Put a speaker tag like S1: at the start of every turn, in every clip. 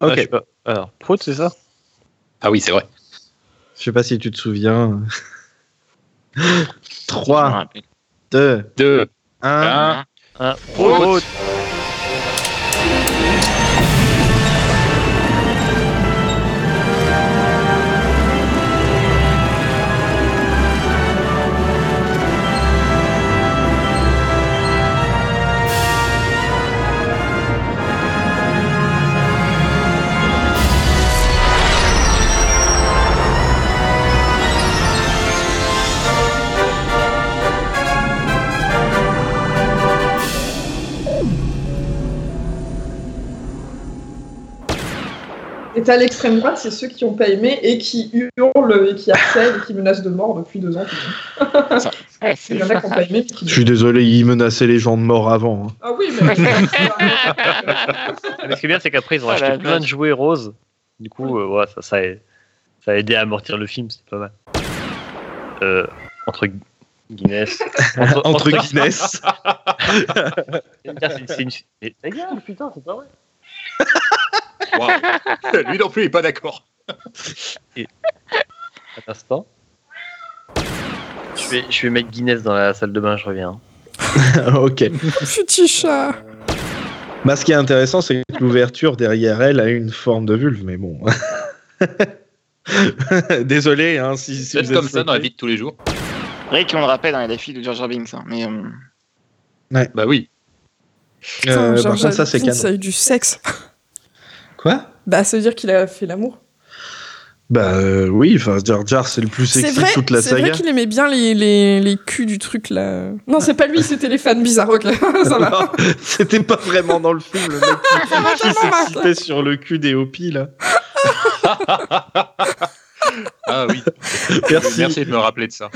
S1: Ok.
S2: Ah, je sais pas. Alors, Prout, c'est ça
S1: Ah oui, c'est vrai.
S3: Je sais pas si tu te souviens.
S4: Je me
S3: 3,
S4: rappelle.
S3: 2,
S1: Deux.
S3: 1.
S1: Un. Oh,
S2: Ah,
S4: Oh,
S1: Prout.
S2: Prout.
S5: Et à l'extrême droite, c'est ceux qui ont pas aimé et qui hurlent et qui harcèlent et qui menacent de mort depuis deux ans.
S4: Ouais,
S5: Il
S4: c'est
S5: y en a qui ont pas aimé. mais qui-
S3: Je suis désolé, il menaçait les gens de mort avant. hein.
S5: Ah oui, mais.
S2: Mais ce qui est bien, c'est qu'après, ils ont
S4: Ah, la
S2: acheté plein
S4: vache.
S2: de jouets roses. Du coup, euh, voilà, ça, ça, a, ça a aidé à amortir le film, c'était pas mal. Euh, entre gu- Guinness. Entre,
S3: Entre Guinness.
S2: Putain, c'est- c'est une. mais ta gueule, putain, c'est pas vrai.
S1: Waouh. Lui non plus, il est pas d'accord.
S2: Un instant. Je vais, je vais mettre Guinness dans la salle de bain, je reviens.
S3: ok.
S6: Petit
S3: Euh,
S6: chat.
S3: Bah, ce qui est intéressant, c'est que l'ouverture derrière elle a une forme de vulve, mais bon. désolé, hein, si, si
S1: C'est
S3: vous êtes
S1: comme ça dans la
S3: choqués.
S1: vie de tous les jours.
S4: vrai qu'on le rappelle, hein, il y a la fille de George Robbins. hein, mais euh,
S1: Bah oui.
S6: Putain,
S3: Euh, par
S6: George
S3: contre, ça, c'est
S6: Atkins
S3: canon.
S6: a eu du sexe.
S3: Quoi
S6: Bah, ça veut dire qu'il a fait l'amour.
S3: Bah euh, oui, enfin, Jar Jar, c'est le plus
S6: C'est
S3: sexy
S6: vrai,
S3: de toute la
S6: c'est vrai
S3: saga.
S6: qu'il aimait bien les, les, les culs du truc là. Non, c'est pas lui, c'était les fans bizarres, ok. ça va.
S3: Non, C'était pas vraiment dans le film, le mec
S6: Ça va,
S3: qui
S6: ça va.
S3: s'excitait sur le cul des Hopi, là.
S1: Ah oui.
S3: Merci.
S1: de me rappeler de ça.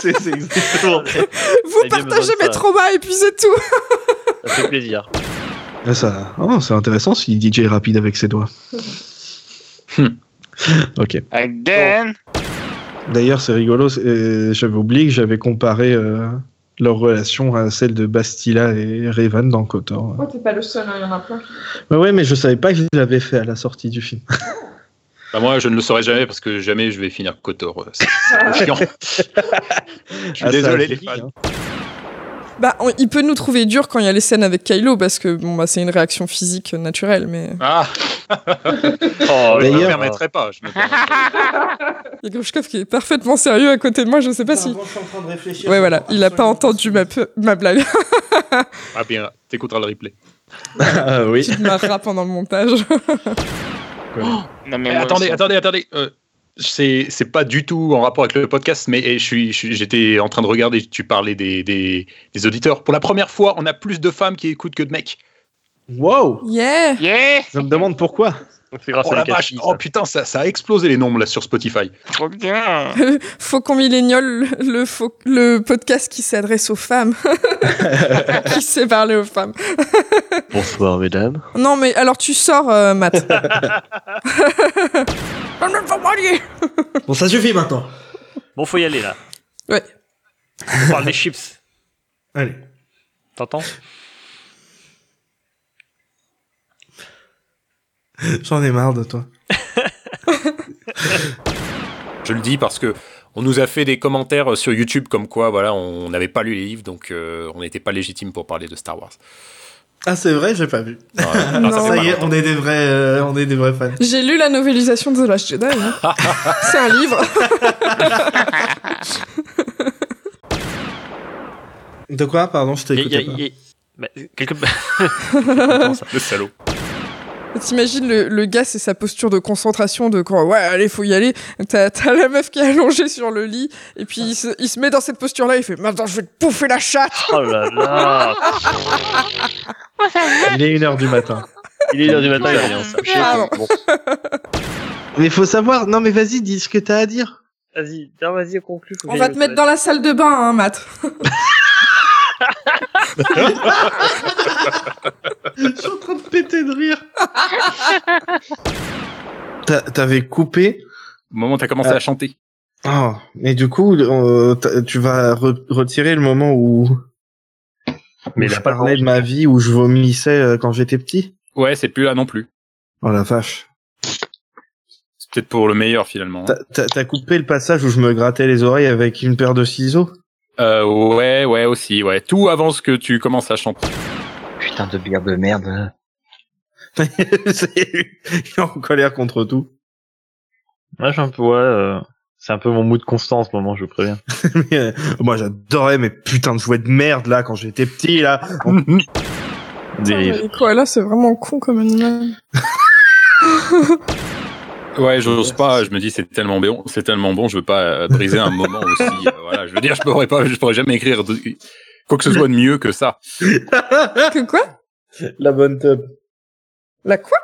S3: C'est c'est exactement ça.
S6: Vous
S2: Il y a bien
S6: partagez
S2: besoin de
S6: mes
S2: ça.
S6: traumas et puis c'est tout.
S2: Ça fait plaisir.
S3: Ah, ça- oh, c'est intéressant si DJ est rapide avec ses doigts.
S1: Hmm.
S3: ok.
S4: again.
S3: D'ailleurs, c'est rigolo, c'est- euh, j'avais oublié que j'avais comparé euh, leur relation à celle de Bastila et Raven dans Kotor.
S5: Pourquoi t'es pas le seul, hein, il y en a plein. qui-
S3: Bah ouais, mais je savais pas que je l'avais fait à la sortie du film.
S1: Bah, moi, je ne le saurais jamais parce que jamais je vais finir Kotor. euh, C'est
S2: Oh,
S5: Ah,
S1: chiant. Je suis
S3: Ah, ça
S1: désolé, les
S3: implique,
S1: fans.
S3: hein.
S6: Bah, on- il peut nous trouver dur quand il y a les scènes avec Kylo parce que bon, bah, c'est une réaction physique euh, naturelle, mais
S1: Ah,
S2: Oh,
S1: je ne me
S3: D'ailleurs-
S1: permettrai pas. Je me permettrai pas.
S6: il y a Grushkov qui est parfaitement sérieux à côté de moi, je sais pas si.
S7: Pardon, je suis en train de réfléchir.
S6: Ouais, voilà, il a pas
S7: Absolument.
S6: entendu ma, pe- ma blague.
S1: Ah bien, t'écouteras le replay.
S3: Ah oui.
S6: Il marrera pendant le montage.
S4: Non, mais
S1: Eh,
S4: moi
S1: attendez,
S4: aussi.
S1: attendez, attendez, euh, C'est c'est pas du tout en rapport avec le podcast, mais eh, je suis- je suis- j'étais en train de regarder. Tu parlais des, des, des auditeurs. Pour la première fois, on a plus de femmes qui écoutent que de mecs.
S3: Wow
S6: Yeah!
S4: Yeah
S3: Je me demande pourquoi.
S2: C'est grâce
S1: Oh
S2: à
S1: la
S2: Lucas
S1: vache
S2: Fils,
S1: Oh
S2: ça.
S1: putain, ça, ça a explosé les nombres là sur Spotify.
S4: Trop bien
S6: Faucon Millénial, le, faux- le podcast qui s'adresse aux femmes. qui sait parler aux femmes.
S2: Bonsoir, mesdames.
S6: Non, mais alors tu sors, euh, Matt.
S7: Bon, ça suffit maintenant.
S2: Bon, faut y aller là.
S6: Ouais.
S2: On parle des chips.
S7: Allez.
S2: T'entends
S7: J'en ai marre de toi.
S8: Je le dis parce que on nous a fait des commentaires euh, sur YouTube comme quoi voilà on n'avait pas lu les livres donc euh, on n'était pas légitime pour parler de Star Wars.
S7: Ah, c'est vrai, j'ai pas vu.
S8: Non, euh,
S2: Ah,
S6: Non.
S8: ça fait
S7: Ça y
S8: mal.
S7: est, on est des vrais, euh, on est des vrais fans.
S6: J'ai lu la novélisation de The Last Jedi. hein. C'est un livre.
S7: De quoi Pardon, je
S2: Il y a-
S7: t'écoutais
S2: il y a-
S7: pas.
S2: il y a- Bah, quelque part.
S8: le salaud.
S6: T'imagines le, le gars, c'est sa posture de concentration de quand ouais, allez, faut y aller. T'as t'as la meuf qui est allongée sur le lit et puis il se, il se met dans cette posture-là. Il fait maintenant, je vais te bouffer la chatte.
S2: Oh là là
S3: Il est 1h du matin.
S2: Il est 1h du matin, il revient. on s'est
S6: Pardon.
S2: couché. Bon,
S3: Mais faut savoir, non mais vas-y, dis ce que t'as à dire.
S2: vas-y, tiens, vas-y, conclue.
S6: On va te mettre dans la salle de bain, hein, Matt.
S3: Je suis en train de péter de rire. T'a- T'avais coupé.
S8: Au moment où t'as commencé
S1: Euh.
S3: Ah.
S8: à chanter.
S3: Oh, mais du coup, euh, t'as- tu vas re- retirer le moment où,
S2: Mais
S3: où
S2: il a
S3: je
S2: pas le
S3: parlais de ma vie, où je vomissais euh, quand j'étais petit.
S8: Ouais c'est plus là non plus.
S3: Oh la vache.
S1: C'est peut-être pour le meilleur finalement.
S3: T'as- T'as t'as coupé le passage où je me grattais les oreilles avec une paire de ciseaux
S1: Euh, ouais, ouais, aussi, ouais. Tout avant ce que tu commences à chanter.
S9: Putain de bière de merde.
S3: C'est- Il est en colère contre tout.
S2: Moi, j'ai un peu, ouais, euh, c'est un peu mon mood constant en ce moment, je vous préviens.
S3: Mais, euh, moi j'adorais mes putains de jouets de merde là quand j'étais petit là.
S2: Dérive.
S6: Les koalas, c'est vraiment con comme animal.
S1: Ouais, j'ose pas. Je me dis c'est tellement bon, c'est tellement bon. Je veux pas euh, briser un moment aussi. euh, voilà. Je veux dire, je pourrais pas, je pourrais jamais écrire de- quoi que ce soit de mieux que ça.
S6: que quoi
S3: La bonne tub.
S6: La quoi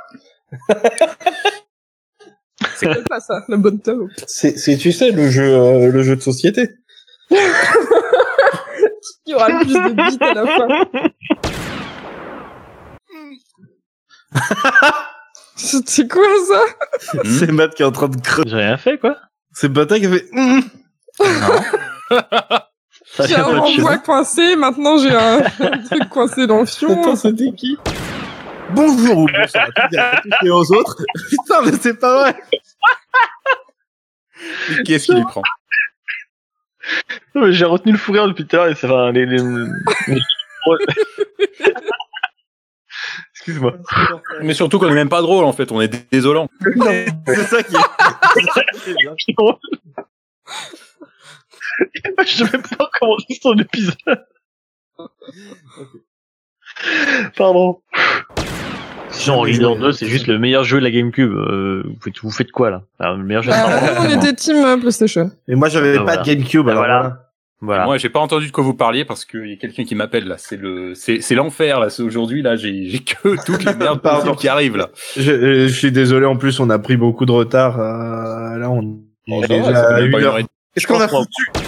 S6: C'est pas ça, la bonne table.
S3: C'est c'est, tu sais le jeu euh, le jeu de société.
S6: Il y aura le plus de bits à la fin. C'était quoi ça
S1: Hmm.
S3: C'est Matt qui est en train de creuser.
S2: J'ai rien fait, quoi.
S3: C'est Bata qui a fait. Hum
S2: Ça vient pas
S6: J'ai un
S2: de chez
S6: renvoi
S2: moi.
S6: coincé, maintenant j'ai un un truc coincé dans le fion.
S3: Attends, c'était qui hmm. Bonjour ou bonsoir à toutes et à tous et aux autres. Putain, mais c'est pas vrai.
S1: Et Qui est-ce qui lui prend
S2: Non, mais J'ai retenu le fou rire depuis tout à l'heure et c'est enfin, les, les... Excuse-moi.
S1: Mais surtout qu'on est même pas drôle en fait. On est dé- désolant.
S3: C'est ça qui est.
S2: C'est drôle. Je sais même pas commencer son épisode. Pardon. Genre Reader 2, c'est juste le meilleur jeu de la GameCube. Euh, vous, faites, vous faites quoi là Enfin, Le meilleur jeu de
S6: Bah, nous, on
S2: la
S6: était team euh, PlayStation.
S3: Mais moi, j'avais
S2: Ah,
S3: pas
S2: voilà.
S3: de GameCube.
S2: Ah,
S3: alors
S2: voilà.
S3: voilà.
S2: Voilà.
S1: Moi, j'ai pas entendu de quoi vous parliez parce qu'il y a quelqu'un qui m'appelle là. C'est le, c'est c'est l'enfer là. C'est aujourd'hui là. J'ai j'ai que toutes les merdes
S3: Pardon.
S1: possibles qui arrivent là.
S3: Je, euh, je suis désolé. En plus, on a pris beaucoup de retard. euh, là, on est
S1: Oh, ça va, ça
S3: déjà
S1: fait même
S3: une
S1: pas une
S3: heure.
S1: heure et-
S3: Qu'est-ce qu'on a
S2: Franchement.
S3: foutu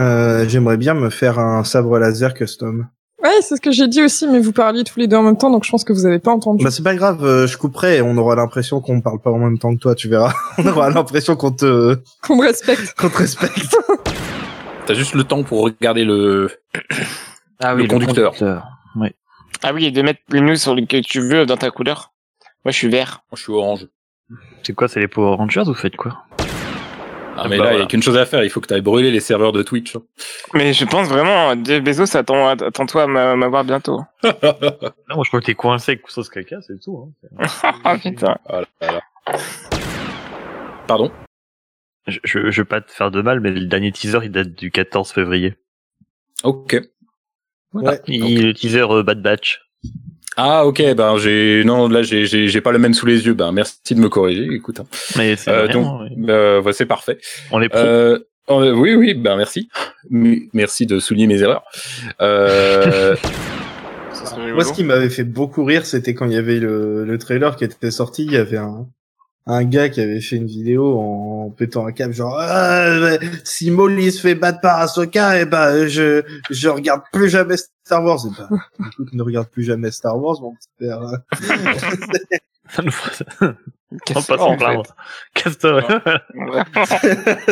S3: euh, J'aimerais bien me faire un sabre laser custom.
S6: Ouais, c'est ce que j'ai dit aussi, mais vous parliez tous les deux en même temps, donc je pense que vous avez pas entendu.
S3: Bah c'est pas grave, euh, je couperai et on aura l'impression qu'on parle pas en même temps que toi, tu verras. on aura l'impression qu'on te,
S6: Qu'on me respecte.
S3: qu'on te respecte.
S1: T'as juste le temps pour regarder le.
S9: Ah
S1: oui, Le le conducteur.
S4: Ah oui, et de mettre le news sur le que tu veux dans ta couleur. Moi, je suis vert.
S1: Je suis orange.
S2: C'est quoi C'est les Power Rangers Vous faites quoi
S1: Ah, mais
S2: bah,
S1: là, il y a
S2: voilà.
S1: qu'une chose à faire. Il faut que t'ailles brûler les serveurs de Twitch. hein.
S4: Mais je pense vraiment, Jeff Bezos, attends- attends-toi à m'a- m'avoir bientôt.
S2: Non, moi je crois que t'es coincé avec Koussos Kaka, c'est tout. Hein.
S4: Ah putain.
S1: Voilà, voilà. Pardon.
S2: Je, je, je vais pas te faire de mal, mais le dernier teaser il date du 14 février.
S1: Ok.
S10: Ah,
S3: Ouais.
S2: Il, Le teaser euh, Bad Batch.
S1: Ah ok. Ben j'ai non là j'ai j'ai j'ai pas le même sous les yeux. Ben merci de me corriger. Écoute. hein.
S2: Mais c'est
S1: Euh,
S2: vraiment,
S1: donc
S2: ouais.
S1: euh, bah, c'est parfait.
S2: on est pro.
S1: Euh, euh, oui oui. Ben merci. M- Merci de souligner mes erreurs. Euh,
S4: Ça serait rigolo.
S3: Moi, ce qui m'avait fait beaucoup rire, c'était quand il y avait le, le trailer qui était sorti, il y avait un, un gars qui avait fait une vidéo en pétant un câble, genre Ah, ouais, si Molly se fait battre par Ahsoka, eh ben je je regarde plus jamais Star Wars. Eh ben, écoute, ne regarde plus jamais Star Wars, mon petit père.
S2: Ça nous fera ça.
S4: Qu'est-ce
S2: En
S4: que-
S2: passant
S4: en fait.
S2: par Castor.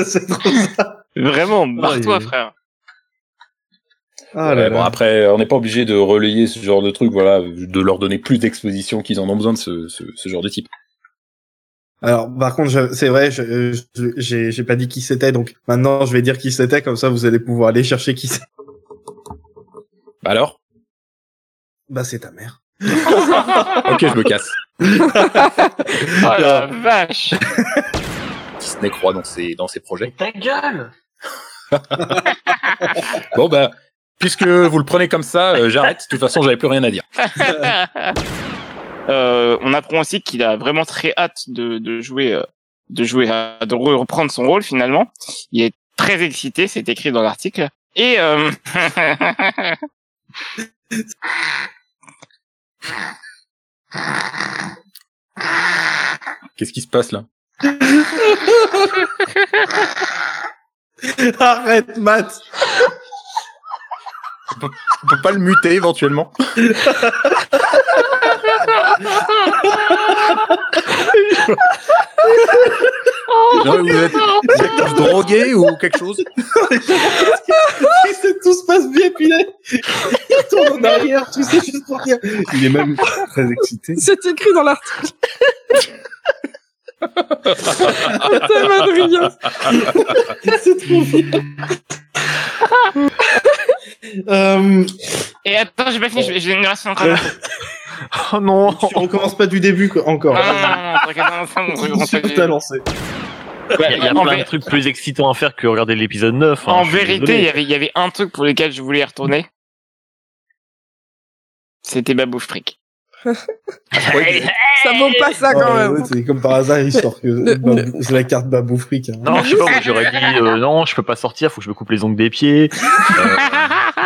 S3: C'est trop ça.
S4: Vraiment,
S3: Ah,
S4: barre-toi,
S3: il-
S4: frère.
S3: Ah
S1: ouais,
S3: là
S1: bon
S3: là.
S1: après, on n'est pas obligé de relayer ce genre de truc. Voilà, de leur donner plus d'exposition qu'ils en ont besoin de ce ce, ce genre de type.
S3: Alors, par contre, je- c'est vrai, je- je- j'ai j'ai pas dit qui c'était, donc maintenant je vais dire qui c'était, comme ça vous allez pouvoir aller chercher qui c'est.
S1: Bah alors.
S3: Bah, c'est ta mère.
S1: Ok, je me casse.
S4: Oh la vache.
S1: Disney croit dans ses dans ses projets.
S9: Ta gueule
S1: Bon bah puisque vous le prenez comme ça, euh, j'arrête. De toute façon, j'avais plus rien à dire.
S4: Euh, on apprend aussi qu'il a vraiment très hâte de, de jouer, euh, de jouer, à- de re- reprendre son rôle finalement. Il est très excité, c'est écrit dans l'article. Et euh,
S1: Qu'est-ce qui se passe là
S3: Arrête, Matt
S1: On peut pas le muter éventuellement
S4: Oh,
S1: Non, mais vous êtes vous êtes tous drogués ou quelque chose
S3: Il sait que tout se passe bien, puis là, il tourne en arrière, tu sais, juste pour rien. Il est même très excité.
S6: C'est écrit dans l'article. Putain, Madrien.
S3: C'est trop bien. Euh,
S4: Et attends, j'ai pas fini, j'ai- j'ai une race en train de...
S10: Oh non
S3: tu recommences pas du début, quoi, encore.
S4: Non, non, non, non, t'inquiète, non, enfin, Ah, on
S3: Je suis
S4: reprend-
S3: tout à lancer.
S10: Il y a, il y a
S4: en
S10: plein de
S4: vé-
S10: trucs plus excitants à faire que regarder l'épisode 9. hein,
S4: En
S10: je suis
S4: vérité,
S10: désolé.
S4: il y avait- il y avait un truc pour lequel je voulais y retourner. C'était Babouf Frick.
S6: Ça vaut pas ça Ah, quand
S3: Ouais,
S6: même.
S3: Ah, ouais, c'est comme par hasard, il sort que Babou- c'est la carte Babou Fric. hein.
S10: Non, je sais pas, moi, j'aurais dit euh, non, je peux pas sortir, faut que je me coupe les ongles des pieds. Euh,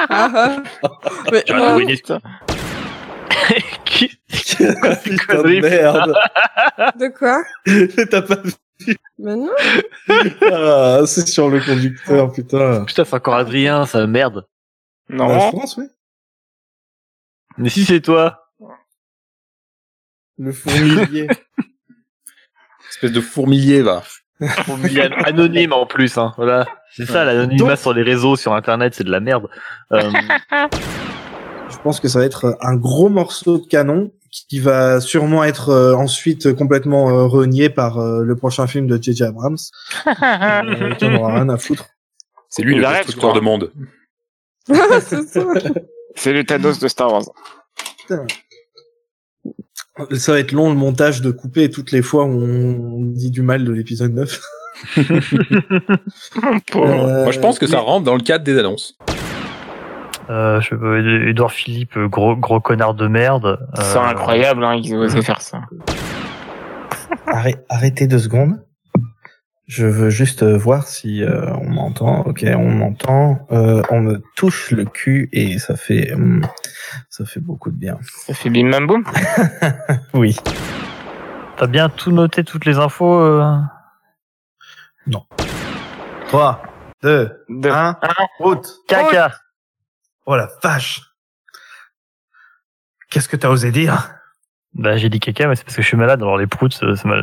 S6: Ah, ah. Mais-
S10: j'aurais
S4: Ah.
S10: trouvé une excuse. Qui-
S3: Putain de
S10: connerie.
S3: merde.
S6: euh, de quoi
S3: T'as pas vu.
S6: Mais non.
S3: Ah, c'est sur le conducteur, putain.
S10: Putain, c'est encore Adrien, ça merde.
S3: Bah, je
S4: Non.
S3: pense, oui.
S10: Mais si c'est toi,
S3: Le fourmilier.
S1: Espèce de fourmilier, va.
S10: on dit an- anonyme en plus, hein, voilà. C'est ça, l'anonymat
S3: Donc-
S10: sur les réseaux, sur internet, c'est de la merde. Euh,
S3: je pense que ça va être euh, un gros morceau de canon qui va sûrement être euh, ensuite complètement euh, renié par euh, le prochain film de J.J. Abrams. Euh, qui en aura rien à foutre.
S1: C'est lui
S4: Il
S1: le
S4: arrête,
S1: constructeur
S4: je crois.
S1: de monde.
S6: C'est ça.
S4: C'est le Thanos de Star Wars.
S3: Ça va être long le montage de couper toutes les fois où on dit du mal de l'épisode 9. Euh,
S1: Oh, Moi, je pense que ça rentre dans le cadre des annonces.
S2: Euh, je, euh, Edouard Philippe, euh, gros, gros connard de merde. Euh,
S4: C'est incroyable, hein, qu'ils aient osé faire ça.
S3: Arrê- arrêtez deux secondes. Je veux juste euh, voir si euh, on m'entend. Ok, on m'entend. Euh, on me touche le cul et ça fait hum, ça fait beaucoup de bien.
S4: Ça fait bim bam boum.
S3: Oui.
S2: T'as bien tout noté, toutes les infos euh
S3: Trois, deux,
S4: De-
S3: un, route.
S2: Caca
S3: Oh la vache. Qu'est-ce que t'as osé dire
S2: Bah j'ai dit caca, mais c'est parce que je suis malade, alors les proutes, ça, ça m'a-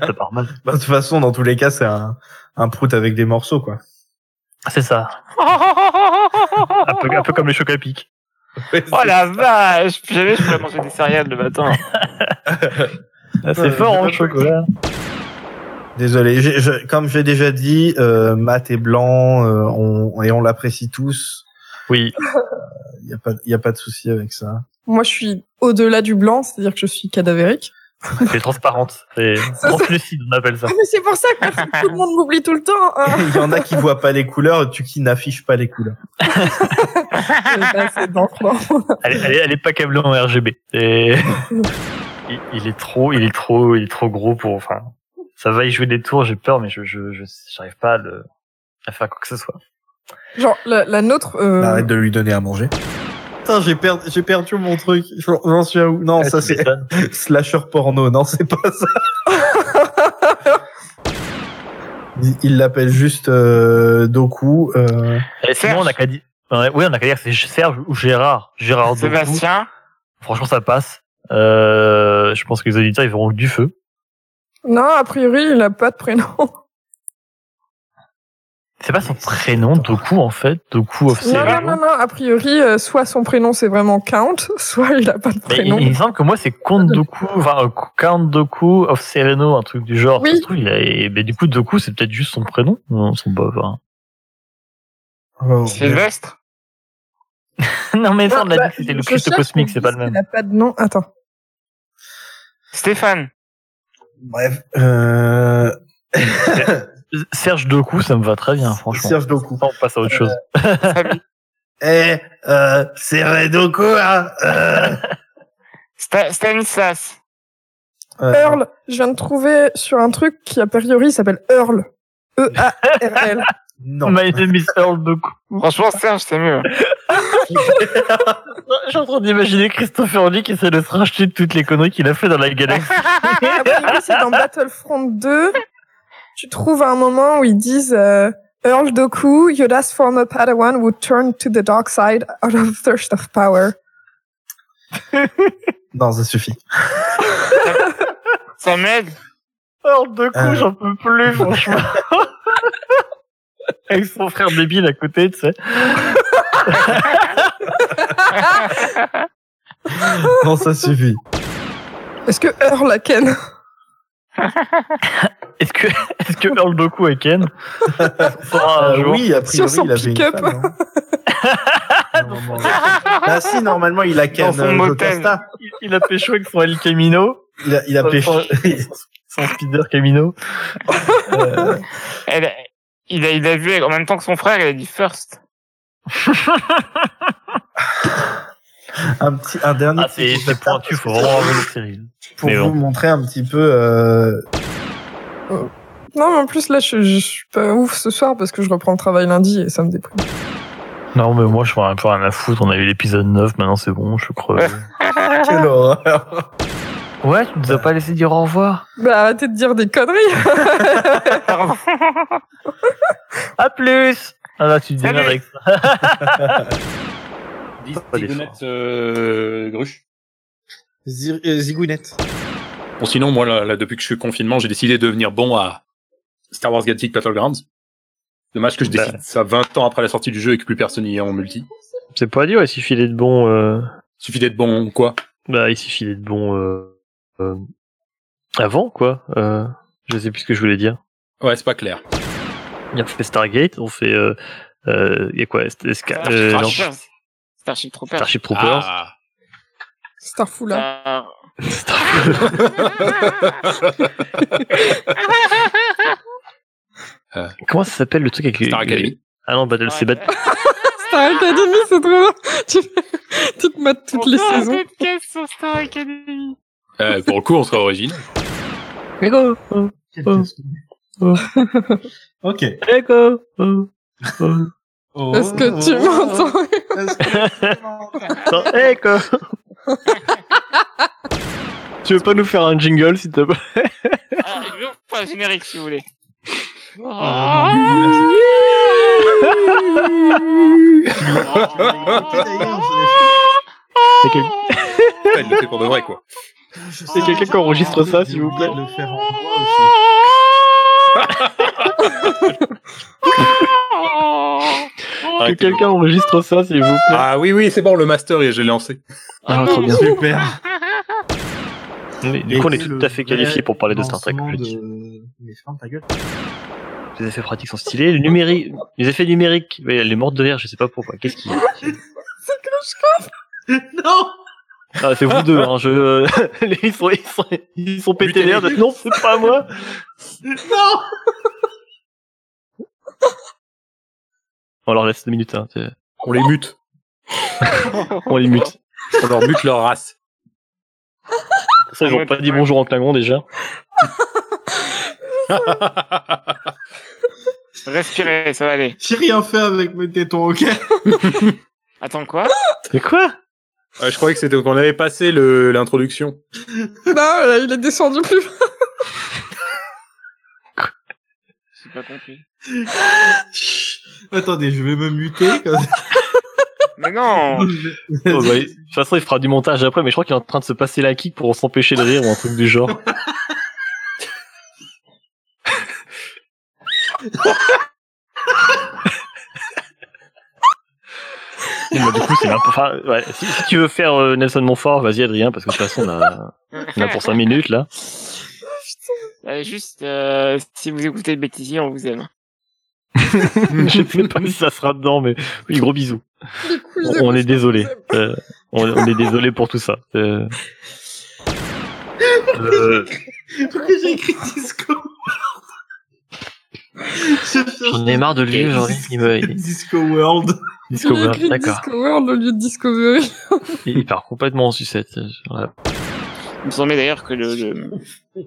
S2: ça part mal.
S3: Bah, De toute façon, dans tous les cas, c'est un, un prout avec des morceaux, quoi.
S2: C'est ça.
S3: Ah.
S2: Un peu, un peu comme les chocs à pic.
S4: Oh la vache! Plus jamais je pourrais manger des céréales le matin.
S2: Ah, C'est fort en chocolat.
S3: Désolé, j'ai- je- comme j'ai déjà dit, euh, Matt est blanc euh, on, et on l'apprécie tous.
S2: Oui.
S3: Il n'y a, pas- y a pas de souci avec ça.
S6: Moi, je suis au-delà du blanc, c'est-à-dire que je suis cadavérique.
S2: C'est transparente. C'est translucide, on appelle ça.
S6: Ah, mais c'est pour ça que tout le monde m'oublie tout le temps. hein.
S3: Il y en a qui voient pas les couleurs, tu qui n'affiches pas les couleurs.
S6: Eh ben, c'est donc non.
S2: Elle, est- elle, est- elle est pas câblée en RGB. Et... il, il est trop, il est trop, il est trop gros pour. Enfin, ça va y jouer des tours. J'ai peur, mais je, je, je- j'arrive pas à, le- à faire quoi que ce soit.
S6: Genre, la, la nôtre. euh,
S2: Bah,
S3: Arrête de lui donner à manger. Putain, j'ai perdu, j'ai perdu mon truc. J'en j'en suis à où Non,
S2: Ah,
S3: ça
S2: tu
S3: c'est
S2: m'étonnes.
S3: slasher porno. Non, c'est pas ça. Il- Il l'appelle juste euh, Doku. euh,
S2: Et Eh, sinon,
S4: Serge.
S2: on a qu'à dire. ouais, Oui, on a qu'à dire que c'est Serge ou Gérard. Gérard Doku.
S4: Sébastien,
S2: Franchement, ça passe. Euh, je pense que les auditeurs, ils verront que du feu.
S6: Non, a priori, il a pas de prénom.
S2: C'est pas son prénom, Doku, en fait. Doku, c'est. hein.
S6: Non, non, non, non, a priori, euh, soit son prénom c'est vraiment Count, soit il a pas de
S2: Mais il,
S6: prénom.
S2: il me semble que moi c'est Count Doku, enfin euh, Count Doku of Sereno, un truc du genre.
S6: Oui.
S2: Ça se trouve, il a- et, mais du coup Doku c'est peut-être juste son prénom, non, son bof. hein.
S3: oh, merde.
S4: Sylvestre,
S2: non mais ça on l'a
S6: Non, bah,
S2: dit que c'était
S6: je-
S2: le
S6: je
S2: Christ
S6: cherche,
S2: cosmique,
S6: on
S2: c'est
S6: me
S2: pas
S6: dit
S2: le même.
S6: qu'il a pas de nom. Attends.
S4: Stéphane,
S3: Bref. Euh...
S2: Serge Doku ça me va très bien franchement.
S3: Serge Euh, Doku.
S2: on passe à autre chose.
S3: Eh, euh, c'est Redoku, hein euh...
S4: Sta- Stanislas,
S3: euh,
S6: Earl, je viens de trouver sur un truc qui a priori s'appelle Earl. E E-A-R-L.
S3: Non.
S2: My name is Earl Doku.
S4: franchement Serge c'est mieux.
S2: Je suis en train d'imaginer Christopher Lee qui essaie de se racheter de toutes les conneries qu'il a fait dans la galaxie.
S6: a priori, c'est dans Battlefront 2. Tu trouves un moment où ils disent euh, Earl Doku, Yoda's former Padawan would turn to the dark side out of thirst of power.
S3: Non, ça suffit.
S4: Ça m'aide.
S11: Hors de coup,
S3: Euh.
S11: j'en peux plus, franchement. Avec son frère débile à côté, tu sais.
S3: Non, ça suffit.
S6: Est-ce que Earl la ken
S11: Est-ce que, est-ce que Earl Doku est Ken On saura un
S3: Euh,
S11: jour.
S3: oui, a
S6: Sur
S3: priori,
S6: son
S3: il avait une
S6: pick-up.
S3: femme, non Normalement. Bah si, normalement, il a Ken
S4: Dans son
S3: euh,
S4: motel.
S3: Jocasta.
S11: Il- Il a pécho avec son El Camino.
S3: Il a, il a
S11: Son-
S3: pêché.
S11: son- Son Spider Camino.
S3: Euh,
S4: Elle, a- il, a, il a vu en même temps que son frère, il a dit first.
S3: un, petit, un dernier
S11: Ah, c'est,
S3: petit
S11: c'est
S3: Jocasta,
S11: pointu, faut
S3: parce que
S11: vraiment avoir une série.
S3: Pour
S11: Mais
S3: vous
S11: bon.
S3: montrer un petit peu... Euh...
S6: Non, mais en plus, là, je, je suis pas ouf ce soir parce que je reprends le travail lundi et ça me déprime.
S11: Non, mais moi, je vois un peu rien à foutre. On a eu l'épisode 9, maintenant c'est bon, je crois.
S6: Ah.
S3: Quelle horreur
S11: Ouais, tu nous as pas laissé dire au revoir.
S6: Bah, arrêtez de dire des conneries
S4: Pardon.
S11: À plus! Ah là, tu dis
S4: Salut.
S11: merde avec ça.
S1: 10
S11: Pas d'effort.
S1: gruche.
S3: Zir- euh, Zigounette.
S1: Bon, sinon, moi, là, là, depuis que je suis confinement, j'ai décidé de devenir bon à Star Wars Galactic Battlegrounds. Dommage que je
S2: Bah.
S1: décide ça 20 ans après la sortie du jeu et que plus personne n'y est en multi.
S2: C'est pas dur, il suffit d'être bon. euh,
S1: Suffit d'être bon ou quoi
S2: Bah, il suffit d'être bon euh, euh, avant, quoi. Euh, je sais plus ce que je voulais dire.
S1: Ouais, c'est pas clair.
S2: On fait Stargate, on fait. Euh, euh, y a quoi St- Sky-
S4: Ah, Starship
S2: euh, non,
S4: Troopers. Starship Troopers.
S2: Starship Troopers.
S1: Ah.
S6: Starfoula.
S4: Star-
S2: Comment ça s'appelle le truc avec
S1: Star Academy.
S2: Ah non, Battle, c'est Battle.
S6: Star Academy, c'est trop bien Tu, tu te mates toutes les
S4: Encore un
S6: saisons.
S4: podcast sur Star Academy.
S1: Euh, pour le coup, on sera original.
S2: Lego Oh. Oh.
S3: Ok.
S2: Lego oh.
S3: Oh,
S6: Est-ce que tu
S3: oh, oh,
S6: m'entends
S3: oh. Est-ce que tu m'entends
S2: Attends, hey, quoi Tu veux pas nous faire un jingle, s'il te plaît
S4: Ah, je veux pas générique si vous voulez.
S2: Ah. C'est quel-
S1: Ouais, il le fait pour de vrai, quoi.
S2: c'est quelqu'un qui enregistre ça, s'il vous plaît
S3: Le faire en voix aussi.
S4: Ah,
S2: que quelqu'un enregistre ça, s'il vous plaît.
S1: Ah oui, oui, c'est bon, le master, et je l'ai lancé.
S2: Ah, trop bien.
S3: Super.
S2: Mais Du coup, on est
S3: Et
S2: tout
S3: le
S2: à fait qualifiés pour parler de Star Trek.
S3: lancement
S2: je dis.
S3: de- Mais ferme ta gueule.
S2: Les effets pratiques sont stylés. Les, numériques, les effets numériques, mais elle est morte de rire, je sais pas pourquoi. Qu'est-ce qu'il y a
S3: Non
S2: Ah, C'est vous deux, hein, je... ils, sont, ils, sont, ils sont pétés l'air. de- Non, c'est pas moi
S3: Non
S2: On leur laisse deux minutes, hein, c'est-
S1: On les mute.
S2: on les mute.
S1: On leur mute leur race.
S2: Ça, ils ont pas dit bonjour en Klingon déjà.
S4: Respirez, ça va aller.
S3: J'ai rien fait avec mes tétons, ok
S4: Attends quoi
S2: Mais quoi
S1: Ouais, je croyais que c'était qu'on avait passé le- l'introduction.
S6: Non, là, il est descendu plus.
S4: J'ai pas compris.
S3: Chut. Attendez, je vais me muter. Comme...
S4: Mais non
S2: Oh, bah, De toute façon, il fera du montage après, mais je crois qu'il est en train de se passer la kick pour s'empêcher de rire ou un truc du genre. Et bah, du coup, c'est n'importe- enfin, ouais, si, si tu veux faire euh, Nelson Montfort, vas-y Adrien, parce que de toute façon, on a, on a pour 5 minutes là.
S4: Euh, Juste, euh, si vous écoutez le bêtisier, on vous aime.
S2: je sais pas si ça sera dedans, mais oui, gros bisous.
S6: Les couilles de
S2: On, on est
S6: mouche.
S2: désolé. Euh, on, on est désolé pour tout ça. Euh,
S11: Euh,
S3: Pourquoi j'ai écrit disco
S2: J'en ai marre de lui aujourd'hui. Il me... il-
S3: Disco World.
S4: Oh,
S2: Disco
S6: Il a
S2: World,
S6: écrit
S2: d'accord.
S6: Disco World au lieu de Discovery.
S2: Il il part complètement en sucette. euh, sur la-
S4: Il me semblait d'ailleurs que le, le-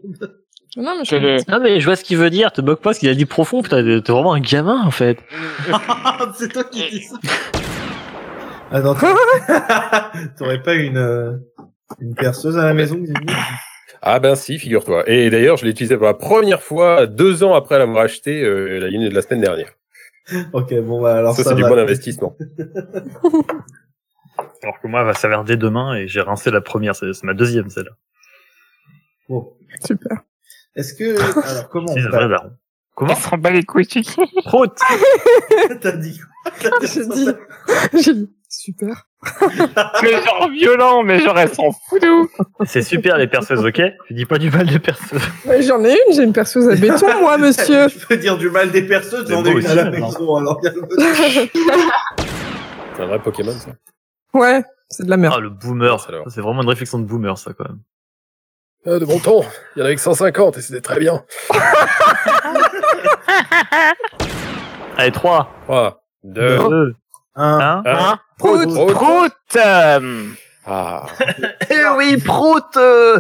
S6: Non, mais je
S4: que le,
S2: Non mais je vois ce qu'il veut dire, te moque pas, parce qu'il a dit profond, putain, t'es vraiment un gamin en fait.
S3: C'est toi qui dis ça. Attends, t'aurais pas une, euh, une perceuse à la maison Xavier
S1: Ah ben si, figure-toi. Et d'ailleurs, je l'ai utilisé pour la première fois deux ans après l'avoir acheté euh, la ligne de la semaine dernière.
S3: Ok, bon bah alors
S1: ça,
S3: ça,
S1: c'est du
S3: va.
S1: bon investissement.
S11: Alors que moi, elle va s'avérer dès demain et j'ai rincé la première, c'est c'est ma deuxième celle-là.
S3: Bon.
S6: Super.
S3: Est-ce que alors comment
S2: C'est
S3: on
S2: un vrai
S3: parle
S2: daron. Comment
S4: Elle s'en bat les couilles, tu dis.
S2: Prout
S3: T'as dit
S6: J'ai dit, j'ai dit, super.
S4: Mais genre violent, mais genre elle s'en fout de ouf.
S2: C'est super les perceuses, ok Je dis pas du mal de perceuses.
S6: Ouais, J'en ai une, j'ai une perceuse à béton, moi, monsieur.
S3: Je peux dire du mal des perceuses,
S2: C'est
S3: j'en ai une
S2: beau aussi,
S3: à la
S2: maintenant.
S3: maison. Alors,
S12: C'est un vrai Pokémon, ça.
S6: Ouais, c'est de la
S2: Ah,
S6: merde.
S2: le boomer.
S12: Ça, alors.
S2: C'est vraiment une réflexion de boomer, ça, quand même.
S1: Euh, de bon temps, il y en avait que 150 et c'était très bien.
S2: Allez, 3,
S12: 3, 2,
S2: 2,
S3: un,
S2: 1.
S4: Ah.
S12: un.
S4: Prout,
S12: Prout.
S4: Hein. prout. euh,
S12: Ah.
S2: Eh oui, prout euh,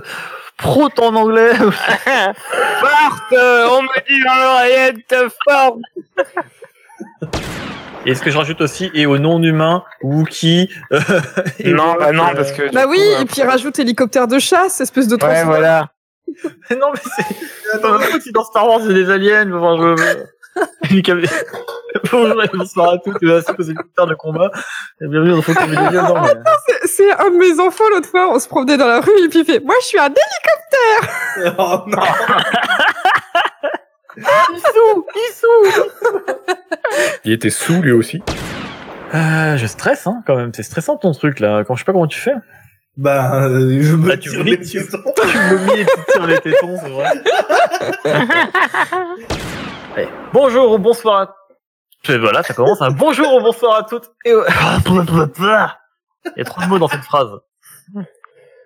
S2: Prout en anglais
S4: Forte, euh, on me dit dans l'oreillette, forte.
S2: Et ce que je rajoute aussi, et au non humain, Wookie. euh, et
S4: Non,
S2: au-
S4: bah non, parce que. du
S6: Bah
S4: coup,
S6: oui,
S4: euh,
S6: et puis rajoute hélicoptère de chasse, espèce de
S4: Ouais,
S6: transforme.
S4: voilà.
S2: non, mais c'est. Attends, mais si dans Star Wars, c'est des aliens. Enfin, je. Hélicam- Bonjour et bonsoir à tous, et merci aux hélicoptères de combat. Et bienvenue dans Fantôme des aliens. Non, mais... euh.
S6: C'est- C'est un de mes enfants l'autre fois, on se promenait dans la rue et puis il fait Moi je suis un
S3: Oh non
S6: dessous Issou
S12: Il était sous, lui aussi.
S2: Euh, je stresse, hein, quand même. C'est stressant ton truc, là. Quand je sais pas comment tu fais.
S3: Bah, euh, je me
S2: Bah, tu
S3: tire
S2: ris,
S3: les
S2: tu-
S3: tétons.
S2: tu vomis et tu te tires les tétons, c'est vrai. Allez. Bonjour ou bonsoir à... Et voilà, ça commence un bonjour ou bonsoir à toutes et... au- Ah, Il y a trop de mots dans cette phrase.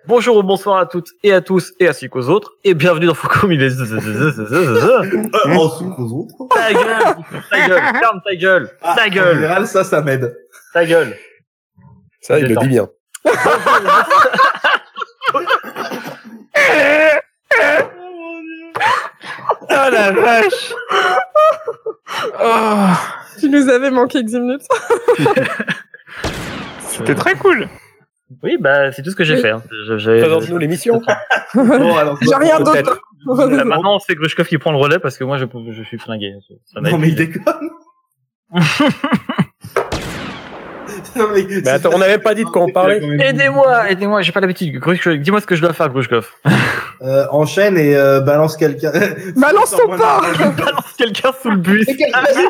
S2: Bonjour ou bonsoir à toutes et à tous et ainsi qu'aux autres et bienvenue dans Faucom il est...
S3: Euh, en sous aux autres.
S2: Ta gueule Ta gueule Ferme ta gueule
S3: Ah,
S2: Ta
S3: En
S2: gueule
S3: général, ça, ça m'aide.
S2: Ta gueule
S1: Ah,
S12: Ça, il le dit bien.
S4: Oh la vache. Oh,
S6: Tu nous avais manqué que 10 minutes.
S3: Bah,
S4: c'était très cool.
S2: Oui, bah c'est tout ce que j'ai
S6: Oui.
S2: fait. hein. Je- j'ai-
S1: Présente-nous l'émission.
S3: Bon, alors,
S6: J'ai rien
S12: Peut-être.
S6: d'autre.
S2: Là, Bah, maintenant, c'est Grushkov qui prend le relais parce que moi, je, je suis flingué. Ça m'a
S3: Non, mais il
S2: été-
S3: déconne. Non,
S1: Mais attends, on n'avait pas dit de quoi on parlait.
S2: Aidez-moi, aidez-moi, j'ai pas l'habitude. Grushkov, dis-moi ce que je dois faire, Grushkov.
S3: Euh, enchaîne et euh, balance quelqu'un.
S6: Balance Bah, ton porc
S2: Balance quelqu'un sous le bus.
S13: Et quel- vas-y,